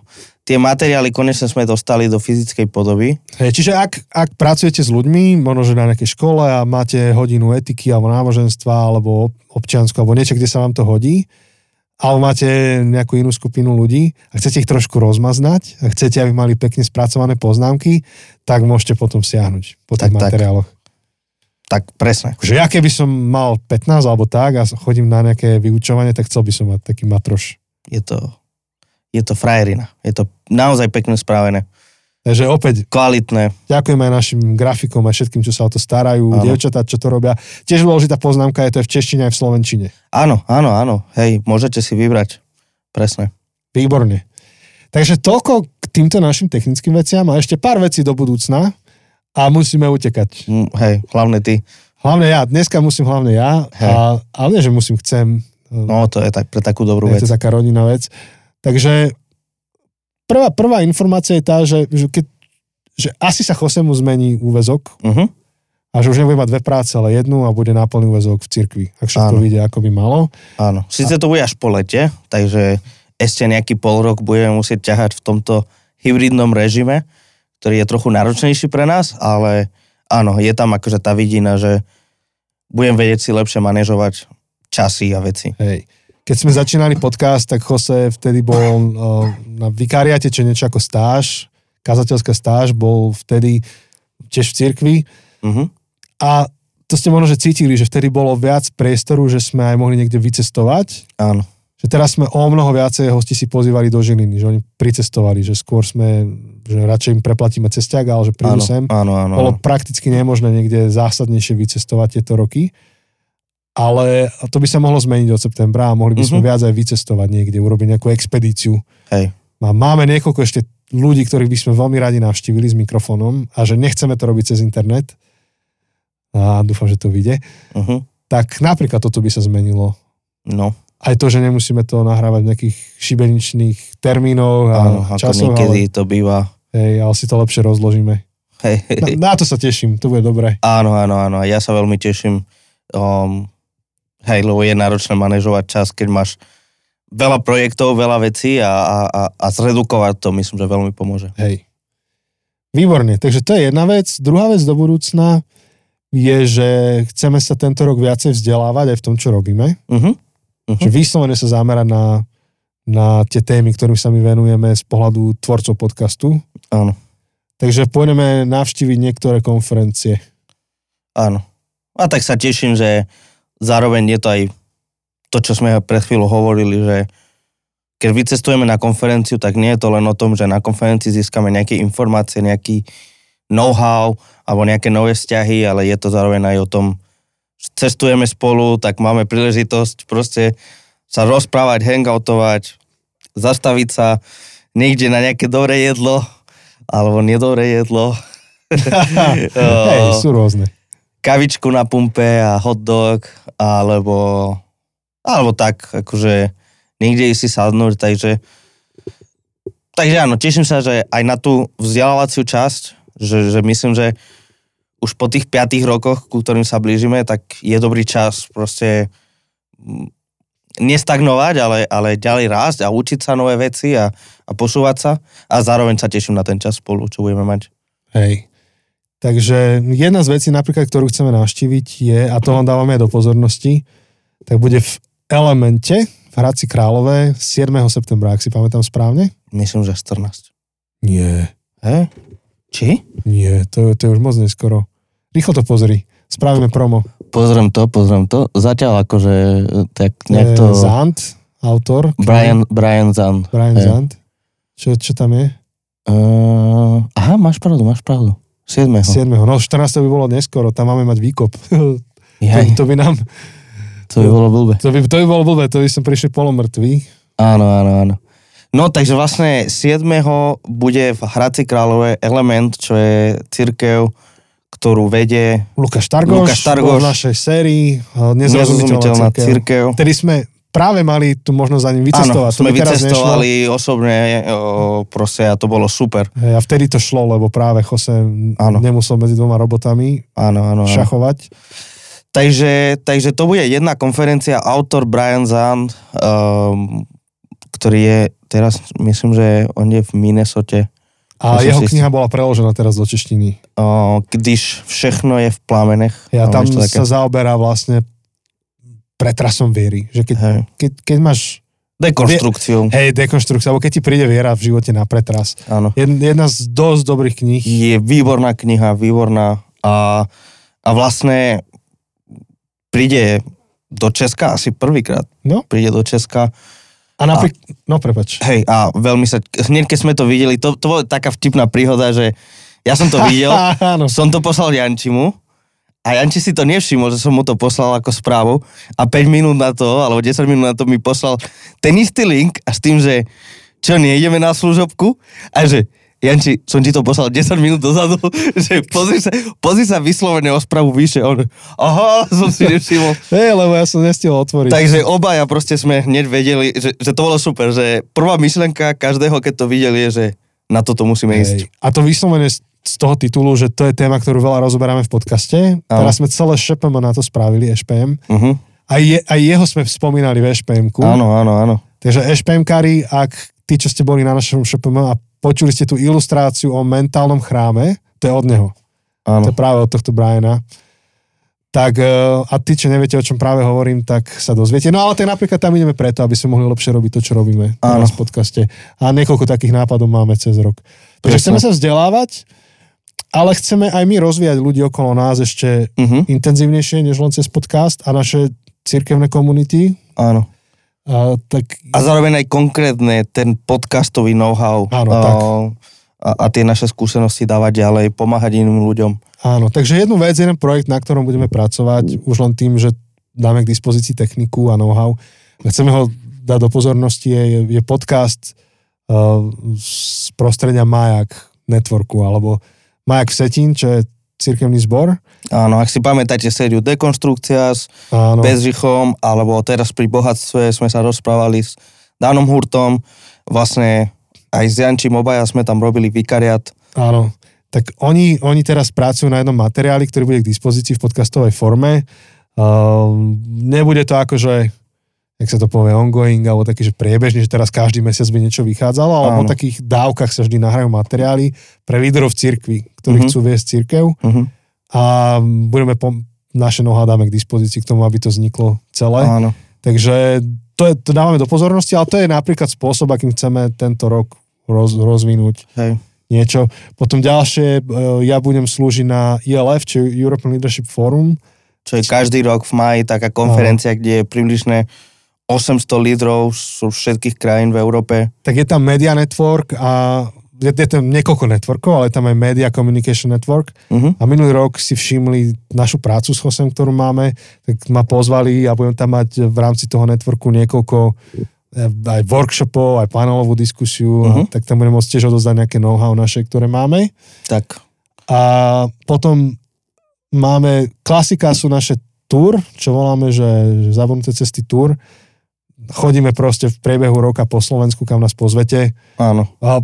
D: tie materiály konečne sme dostali do fyzickej podoby.
C: Hej, čiže ak, ak pracujete s ľuďmi, možno že na nejakej škole a máte hodinu etiky alebo náboženstva alebo ob- občiansku alebo niečo, kde sa vám to hodí, alebo máte nejakú inú skupinu ľudí a chcete ich trošku rozmaznať a chcete, aby mali pekne spracované poznámky, tak môžete potom siahnuť po tých
D: Tak, tak.
C: materiáloch.
D: Tak presne.
C: Akože ja keby som mal 15 alebo tak a chodím na nejaké vyučovanie, tak chcel by som mať taký matroš.
D: Je to, je to frajerina. Je to naozaj pekne spravené.
C: Takže opäť
D: Kvalitné.
C: Ďakujem aj našim grafikom, aj všetkým, čo sa o to starajú,
D: Áno.
C: dievčatá, čo to robia. Tiež dôležitá poznámka je to je v češtine aj v slovenčine.
D: Áno, áno, áno. Hej, môžete si vybrať. Presne.
C: Výborne. Takže toľko k týmto našim technickým veciam a ešte pár vecí do budúcna a musíme utekať.
D: Mm, Hej, hlavne ty.
C: Hlavne ja, dneska musím hlavne ja,
D: Hej.
C: a, ale nie, že musím, chcem.
D: No, to je tak pre takú dobrú
C: je
D: vec.
C: to taká rodinná vec. Takže prvá, prvá informácia je tá, že, že, keď, že asi sa Chosemu zmení úvezok
D: Mhm.
C: a že už nebude mať dve práce, ale jednu a bude na plný úvezok v cirkvi, ak všetko
D: Áno.
C: vyjde, ako by malo.
D: Áno. Sice to bude až po lete, takže ešte nejaký pol rok budeme musieť ťahať v tomto hybridnom režime, ktorý je trochu náročnejší pre nás, ale áno, je tam akože tá vidina, že budem vedieť si lepšie manažovať časy a veci.
C: Hej. Keď sme začínali podcast, tak Jose vtedy bol o, na vikariate, čo je niečo ako stáž, kazateľská stáž, bol vtedy tiež v cirkvi
D: Mhm.
C: a to ste možno, že cítili, že vtedy bolo viac priestoru, že sme aj mohli niekde vycestovať,
D: Áno.
C: že teraz sme o mnoho viacej hosti si pozývali do Žiliny, že oni pricestovali, že skôr sme, že radšej im preplatíme cesták, ale že
D: Áno,
C: prídu sem
D: áno, áno.
C: bolo prakticky nemožné niekde zásadnejšie vycestovať tieto roky. Ale to by sa mohlo zmeniť od septembra a mohli by sme
D: Mhm.
C: viac aj vycestovať niekde, urobiť nejakú expedíciu.
D: Hej.
C: A máme niekoľko ešte ľudí, ktorých by sme veľmi radi navštívili s mikrofónom a že nechceme to robiť cez internet. A dúfam, že to vyjde.
D: Mhm.
C: Tak napríklad toto by sa zmenilo.
D: No,
C: Aj to, že nemusíme to nahrávať v nejakých šibeničných termínoch a
D: áno, ako
C: časoch, ale,
D: niekedy to býva.
C: hej, ale si to lepšie rozložíme.
D: Hej, hej,
C: Na,
D: hej.
C: na to sa teším, to bude dobré.
D: Áno, áno, áno. A Ja sa veľmi teším. Um, hej, lebo je náročné manažovať čas, keď máš veľa projektov, veľa vecí a, a, a, a zredukovať to myslím, že veľmi pomôže.
C: Hej. Výborne, takže to je jedna vec. Druhá vec do budúcna je, že chceme sa tento rok viacej vzdelávať aj v tom, čo robíme.
D: Uh-huh.
C: Že výslovene sa zamerať na, na tie témy, ktorým sa my venujeme z pohľadu tvorcov podcastu.
D: Áno,
C: Takže pôjdeme navštíviť niektoré konferencie.
D: áno. A tak sa teším, že zároveň je to aj to, čo sme pred chvíľou hovorili, že keď vycestujeme na konferenciu, tak nie je to len o tom, že na konferencii získame nejaké informácie, nejaký know-how alebo nejaké nové vzťahy, ale je to zároveň aj o tom, že cestujeme spolu, tak máme príležitosť proste sa rozprávať, hangoutovať, zastaviť sa niekde na nejaké dobré jedlo alebo nedobré jedlo.
C: Hej, sú rôzne.
D: kavičku na pumpe a hot dog, alebo, alebo tak, akože niekde si sadnúť, takže takže áno, teším sa, že aj na tú vzdelávaciu časť, že, že myslím, že už po tých piatých rokoch, ku ktorým sa blížime, tak je dobrý čas proste mm, nestagnovať, ale, ale ďalej rásť a učiť sa nové veci a, a posúvať sa a zároveň sa teším na ten čas spolu, čo budeme mať.
C: Hej. Takže jedna z vecí napríklad, ktorú chceme navštíviť je, a to vám dávame aj do pozornosti, tak bude v Elemente v Hradci Králové 7. septembra, ak si pamätám správne.
D: Myslím, že 14.
C: Nie.
D: He? Či?
C: Nie, to, je- to je už moc neskoro. Rýchlo to pozri. Spravíme promo.
D: Pozriem to, pozriem to. Zatiaľ akože e, tak nejak to...
C: Eh, Zant, autor.
D: Brian, Brian Zan.
C: Brian
D: Eh.
C: Zant. Čo, čo tam je?
D: Uh, aha, máš pravdu, máš pravdu. 7.
C: 7. No 14. by bolo neskoro, tam máme mať výkop. to,
D: Jaj,
C: to, by nám,
D: to by bolo blbé.
C: to by, to by bolo blbé, to by som prišli polomrtvý.
D: Áno, áno, áno. No, takže vlastne 7. bude v Hradci Králové Element, čo je církev, ktorú vedie
C: Lukáš Targoš,
D: Lukáš Targoš.
C: v našej sérii eh, Nezrozumiteľná
D: nezrozumiteľná
C: církev.
D: církev.
C: Vtedy sme práve mali tu možnosť za ním
D: Áno,
C: vycestovať. to
D: sme
C: by teraz nešlo.
D: vycestovali osobne, e, o, proste a to bolo super.
C: Hej, a vtedy to šlo, lebo práve Jose
D: Áno.
C: nemusel medzi dvoma robotami
D: Áno, áno, áno.
C: šachovať.
D: Takže, takže to bude jedna konferencia, autor Brian Zahn, um, ktorý je teraz, myslím, že on je v Minnesote,
C: A
D: Ja som
C: jeho
D: si istý.
C: kniha bola preložená teraz do češtiny.
D: uh, když všechno je v plamenech.
C: Ja
D: alebo
C: tam
D: niečo také.
C: sa zaoberá vlastne pretrasom viery. Že keď,
D: Hej.
C: keď, keď máš
D: Dekonstrukciu,
C: hej, dekonštrukcia, alebo keď ti príde viera v živote na pretras.
D: áno.
C: Jed, jedna z dosť dobrých kníh.
D: Je výborná kniha, výborná. A, a vlastne príde do Česka asi prvýkrát.
C: No.
D: Príde do Česka.
C: A napriek... No prepač.
D: Hej, a veľmi sa... Hneď keď sme to videli, to, to bola taká vtipná príhoda, že ja som to videl No,
C: Áno.
D: som to poslal Jančimu a Janči si to nevšimol, že som mu to poslal ako správu a 5 minút na to, alebo 10 minút na to mi poslal ten istý link a s tým, že čo, nejdeme na služobku? A že Janči, som ti to poslal 10 minút dozadu, že pozri sa, pozri sa vyslovene o správu vyššie. On, aha, som si nevšimol.
C: Hej, lebo ja som nestihol otvoriť.
D: Takže obaja proste sme hneď vedeli, že, že to bolo super, že prvá myšlenka každého, keď to videl, je, že na toto musíme ísť.
C: Hej. A to vyslovene z z toho titulu, že to je téma, ktorú veľa rozoberáme v podcaste.
D: Áno.
C: Teraz sme celé ŠPM na to spravili, EŠPM.
D: Uh-huh.
C: Aj, je, aj jeho sme spomínali v EŠPM-ku.
D: Áno, áno, áno.
C: Takže ešpemkári, ak tí, čo ste boli na našom ŠPM a počuli ste tú ilustráciu o mentálnom chráme, to je od neho.
D: áno.
C: To je práve od tohto Briana. Tak e, a tí, čo neviete, o čom práve hovorím, tak sa dozviete. No ale tak napríklad tam ideme preto, aby sme mohli lepšie robiť to, čo robíme
D: Áno.
C: teraz v podcaste. A niekoľko takých nápadov máme cez rok.
D: Presne.
C: Takže chceme sa vzdelávať, ale chceme aj my rozvíjať ľudí okolo nás ešte
D: Uh-huh.
C: intenzívnejšie, než len cez podcast a naše cirkevné komunity.
D: Áno.
C: A, tak
D: A zároveň aj konkrétne ten podcastový know-how.
C: Áno,
D: a,
C: tak.
D: A, a tie naše skúsenosti dávať ďalej, pomáhať iným ľuďom.
C: Áno, takže jednu vec, jeden projekt, na ktorom budeme pracovať, už len tým, že dáme k dispozícii techniku a know-how. Chceme ho dať do pozornosti, je, je podcast uh, z prostredia Majak Networku, alebo Majak v Setín, čo je cirkevný zbor.
D: Áno, ak si pamätáte sériu Dekonstrukcia s
C: Áno,
D: no. Bezřichom, alebo teraz pri Bohatstve sme sa rozprávali s Danom Hurtom, vlastne aj s Jančím obaja sme tam robili vikariat.
C: áno. Tak oni, oni teraz pracujú na jednom materiáli, ktorý bude k dispozícii v podcastovej forme. Uh, nebude to akože jak sa to povie, ongoing, alebo taký, že priebežne, že teraz každý mesiac by niečo vychádzalo, ale po
D: Áno.
C: takých dávkach sa vždy nahrajú materiály pre líderov cirkvi,
D: Mhm.
C: ktorí chcú viesť cirkev
D: Uh-huh.
C: a budeme pom- naše noha dáme k dispozícii k tomu, aby to vzniklo celé.
D: Mhm. Áno.
C: Takže to, je, to dávame do pozornosti, ale to je napríklad spôsob, akým chceme tento rok roz, rozvinúť
D: Hej.
C: niečo. Potom ďalšie, e, ja budem slúžiť na ELF, či European Leadership Forum,
D: Čo je každý rok v maji taká konferencia, kde je približne 800 lídrov z všetkých krajín v Európe.
C: tak je tam Media Network a je, je tam niekoľko networkov, ale je tam aj Media Communication Network
D: Uh-huh.
C: a minulý rok si všimli našu prácu s Chosem, ktorú máme, tak ma pozvali a budem tam mať v rámci toho networku niekoľko eh, aj workshopov, aj panelovú diskusiu, uh-huh. a tak tam budem môcť tiež odozdať nejaké know-how naše, ktoré máme.
D: Tak.
C: A potom máme, klasika sú naše tour, čo voláme, že, že zabudnuté cesty tour. Chodíme proste v priebehu roka po Slovensku, kam nás pozvete.
D: Áno.
C: A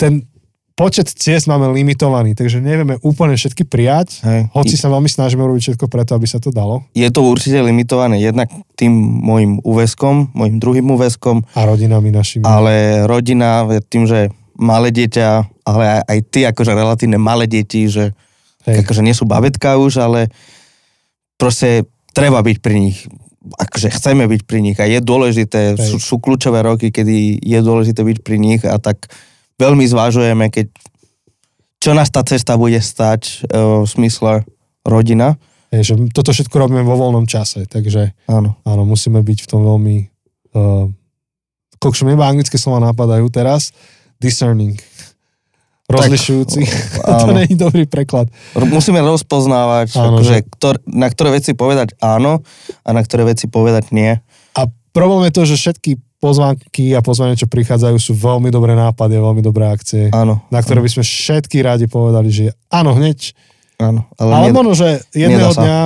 C: ten počet ciest máme limitovaný, takže nevieme úplne všetky prijať,
D: Hej.
C: hoci sa veľmi snažíme robiť všetko preto, aby sa to dalo.
D: Je to určite limitované jednak tým môjim úväzkom, môjim druhým úväzkom,
C: A rodinami našimi. A...
D: ale rodina je tým, že malé dieťa, ale aj, aj ty akože relatívne malé deti, že
C: Hej.
D: akože nie sú babetka už, ale proste treba byť pri nich. Akože chceme byť pri nich a je dôležité, sú,
C: Hej.
D: sú kľúčové roky, kedy je dôležité byť pri nich a tak veľmi zvážujeme, keď čo nás tá cesta bude stať e, v smysle rodina.
C: Hej, že toto všetko robíme vo voľnom čase, takže
D: Áno.
C: áno, musíme byť v tom veľmi... Uh, kokšo, mi iba anglické slova napadajú teraz. Discerning. Rozlišujúci. to
D: áno.
C: nie je dobrý preklad.
D: R- Musíme rozpoznávať,
C: Áno,
D: áno, akože, ktor, na ktoré veci povedať áno a na ktoré veci povedať nie.
C: A problém je to, že všetky pozvánky a pozvania, čo prichádzajú, sú veľmi dobré nápady a veľmi dobré akcie,
D: Áno,
C: na ktoré by sme všetky rádi povedali, že áno hneď,
D: áno. Ale,
C: Ale
D: nie,
C: možno, že
D: nedá
C: jedného
D: sa.
C: dňa,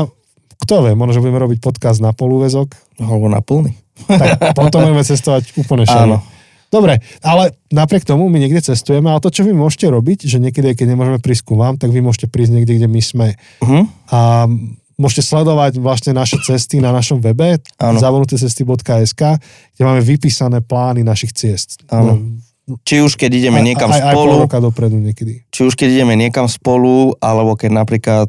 C: kto vie, možno, že budeme robiť podcast na polúvezok,
D: alebo na plný.
C: tak potom budeme cestovať úplne
D: Áno.
C: šalene. Dobre, ale napriek tomu my niekde cestujeme, ale to, čo vy môžete robiť, že niekedy, keď nemôžeme prísť ku vám, tak vy môžete prísť niekde, kde my sme.
D: Mhm.
C: A môžete sledovať vlastne naše cesty na našom webe
D: Áno.
C: zavonutecesty.sk, kde máme vypísané plány našich ciest.
D: Áno. Či už keď ideme
C: Aj-
D: niekam
C: aj, aj
D: spolu,
C: pol roka dopredu niekedy.
D: či už keď ideme niekam spolu, alebo keď napríklad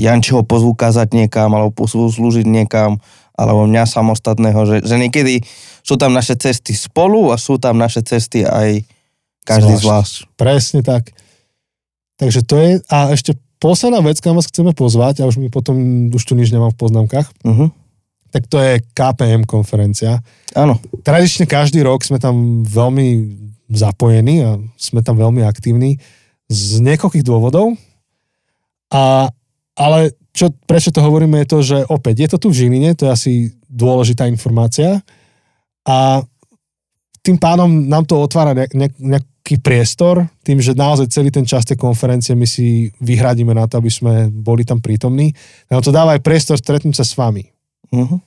D: Jančiho pozvú kázať niekam, alebo pozvú slúžiť niekam, alebo mňa samostatného, že, že niekedy sú tam naše cesty spolu a sú tam naše cesty aj každý
C: Zvlášť.
D: z vás.
C: Presne tak. Takže to je, a ešte posledná vec, kam vás chceme pozvať, a už mi potom, už tu nič nemám v poznámkach,
D: Mhm.
C: tak to je KPM konferencia.
D: Áno,
C: Tradične každý rok sme tam veľmi zapojení a sme tam veľmi aktívni z niekoľkých dôvodov. A, ale čo, prečo to hovoríme je to, že opäť je to tu v Žiline, to je asi dôležitá informácia a tým pánom nám to otvára ne, ne, nejaký priestor, tým, že naozaj celý ten čas tej konferencie my si vyhradíme na to, aby sme boli tam prítomní. Nám to dáva aj priestor stretnúť sa s vami.
D: mhm.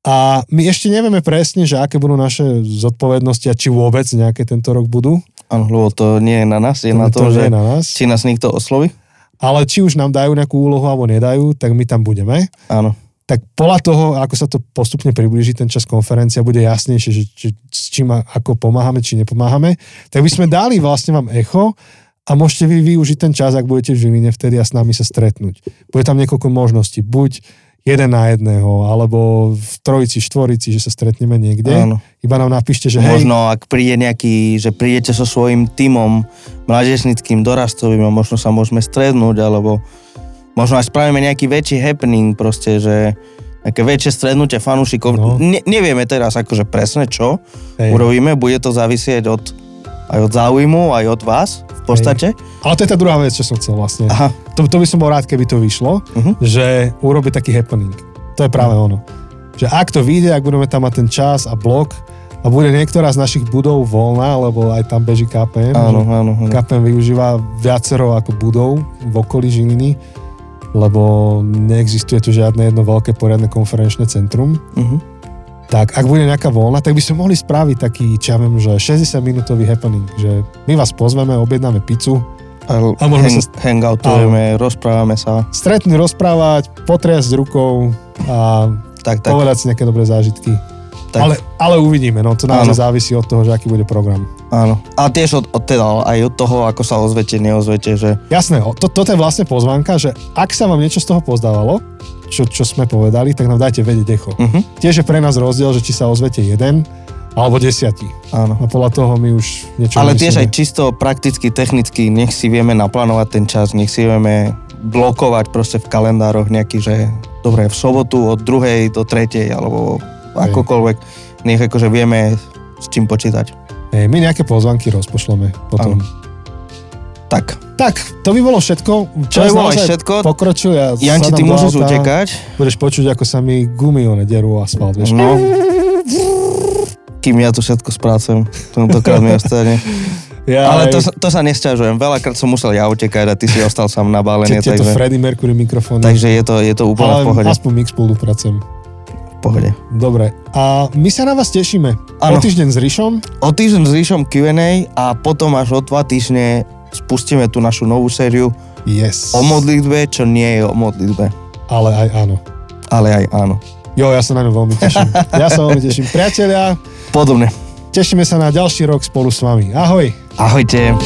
C: A my ešte nevieme presne, že aké budú naše zodpovednosti a či vôbec nejaké tento rok budú.
D: áno, lebo to nie je na nás, je na tom,
C: To nie
D: že
C: je na nás.
D: či nás niekto osloví.
C: Ale či už nám dajú nejakú úlohu alebo nedajú, tak my tam budeme.
D: Áno,
C: Tak podľa toho, ako sa to postupne priblíži, ten čas konferencia bude jasnejšie, že či, s čím a ako pomáhame, či nepomáhame. Tak by sme dali vlastne vám echo a môžete vy využiť ten čas, ak budete v Žiline vtedy a s nami sa stretnúť. Bude tam niekoľko možností. Buď jeden na jedného, alebo v trojici, štvorici, že sa stretneme niekde.
D: áno.
C: Iba nám napíšte, že
D: Hej.
C: hej,
D: Možno ak príde nejaký, že prídete so svojím týmom mládežnickým, dorastovým a možno sa môžeme strednúť, alebo možno aj spravíme nejaký väčší happening proste, že také väčšie strednutie fanúšikov. No.
C: No.
D: Ne, nevieme teraz akože presne čo
C: hej.
D: Hej. urobíme, bude to závisieť od, aj od záujmu, aj od vás v podstate.
C: Ale to je tá druhá vec, čo som chcel vlastne.
D: Aha,
C: To, to by som bol rád, keby to vyšlo,
D: Mhm.
C: že urobiť taký happening. To je práve ono. Že ak to vyjde, ak budeme tam mať ten čas a blok a bude niektorá z našich budov voľná, lebo aj tam beží KPM.
D: áno,
C: že
D: áno. áno.
C: KPM využíva viacero ako budov v okolí Žiliny, lebo neexistuje tu žiadne jedno veľké poriadne konferenčné centrum.
D: Mhm.
C: Tak, ak bude nejaká voľna, tak by sme mohli spraviť taký, čo ja viem, že 60-minútový happening, že my vás pozveme, objednáme pizzu,
D: Ale
C: A môžeme
D: hang,
C: sa-
D: hangoutujeme, rozprávame sa,
C: stretnúť, rozprávať, potriasť rukou a
D: tak,
C: tak.
D: tak.
C: povedať si nejaké dobré zážitky.
D: tak.
C: Ale, ale uvidíme, no to
D: Áno.
C: naozaj závisí od toho, že aký bude program.
D: Áno. A tiež od, od, teda, aj od toho, ako sa ozvete, neozvete, že
C: Jasné, o- to, toto je vlastne pozvanka, že ak sa vám niečo z toho pozdávalo, čo, čo sme povedali, tak nám dajte vedieť echo.
D: Mhm.
C: Tiež je pre nás rozdiel, že či sa ozvete jeden alebo desiatí.
D: áno.
C: A podľa toho my už niečo
D: Ale tiež aj
C: vymyslíme.
D: čisto prakticky, technicky, nech si vieme naplánovať ten čas, nech si vieme blokovať proste v kalendároch nejaký, že dobre, v sobotu od druhej do tretej, alebo akokoľvek, nech akože vieme s čím počítať.
C: Hej, my nejaké pozvanky rozpošleme potom.
D: Tak,
C: Tak, to by bolo všetko.
D: to je bolo aj všetko.
C: Pokročil, ja
D: Janči,
C: sadám
D: ty
C: do
D: môžeš
C: auta.
D: utekať.
C: Budeš počuť, ako sa mi gumy one derú asfalt, vieš.
D: No, kým ja to všetko sprácujem, tentokrát mi ostane.
C: Ja,
D: Ale to, sa- to sa nesťažujem, veľakrát som musel ja utekať a ty si ostal sám na balenie,
C: Tieto
D: takže,
C: Freddy Mercury mikrofóny.
D: takže je, to, je to úplne
C: ale
D: v pohode.
C: aspoň my spolupracujem.
D: V pohode.
C: Dobre. A my sa na vás tešíme.
D: Áno.
C: O týždeň s Rišom.
D: O týždeň s Ríšom Q&A a potom až o dva týždne spustíme tú našu novú sériu
C: Yes.
D: o modlitbe, čo nie je o modlitbe.
C: Ale aj áno.
D: Ale aj áno.
C: Jo, ja sa na ňu veľmi teším. ja sa veľmi teším. Priatelia,
D: Podobne.
C: tešíme sa na ďalší rok spolu s vami. Ahoj.
D: Ahojte.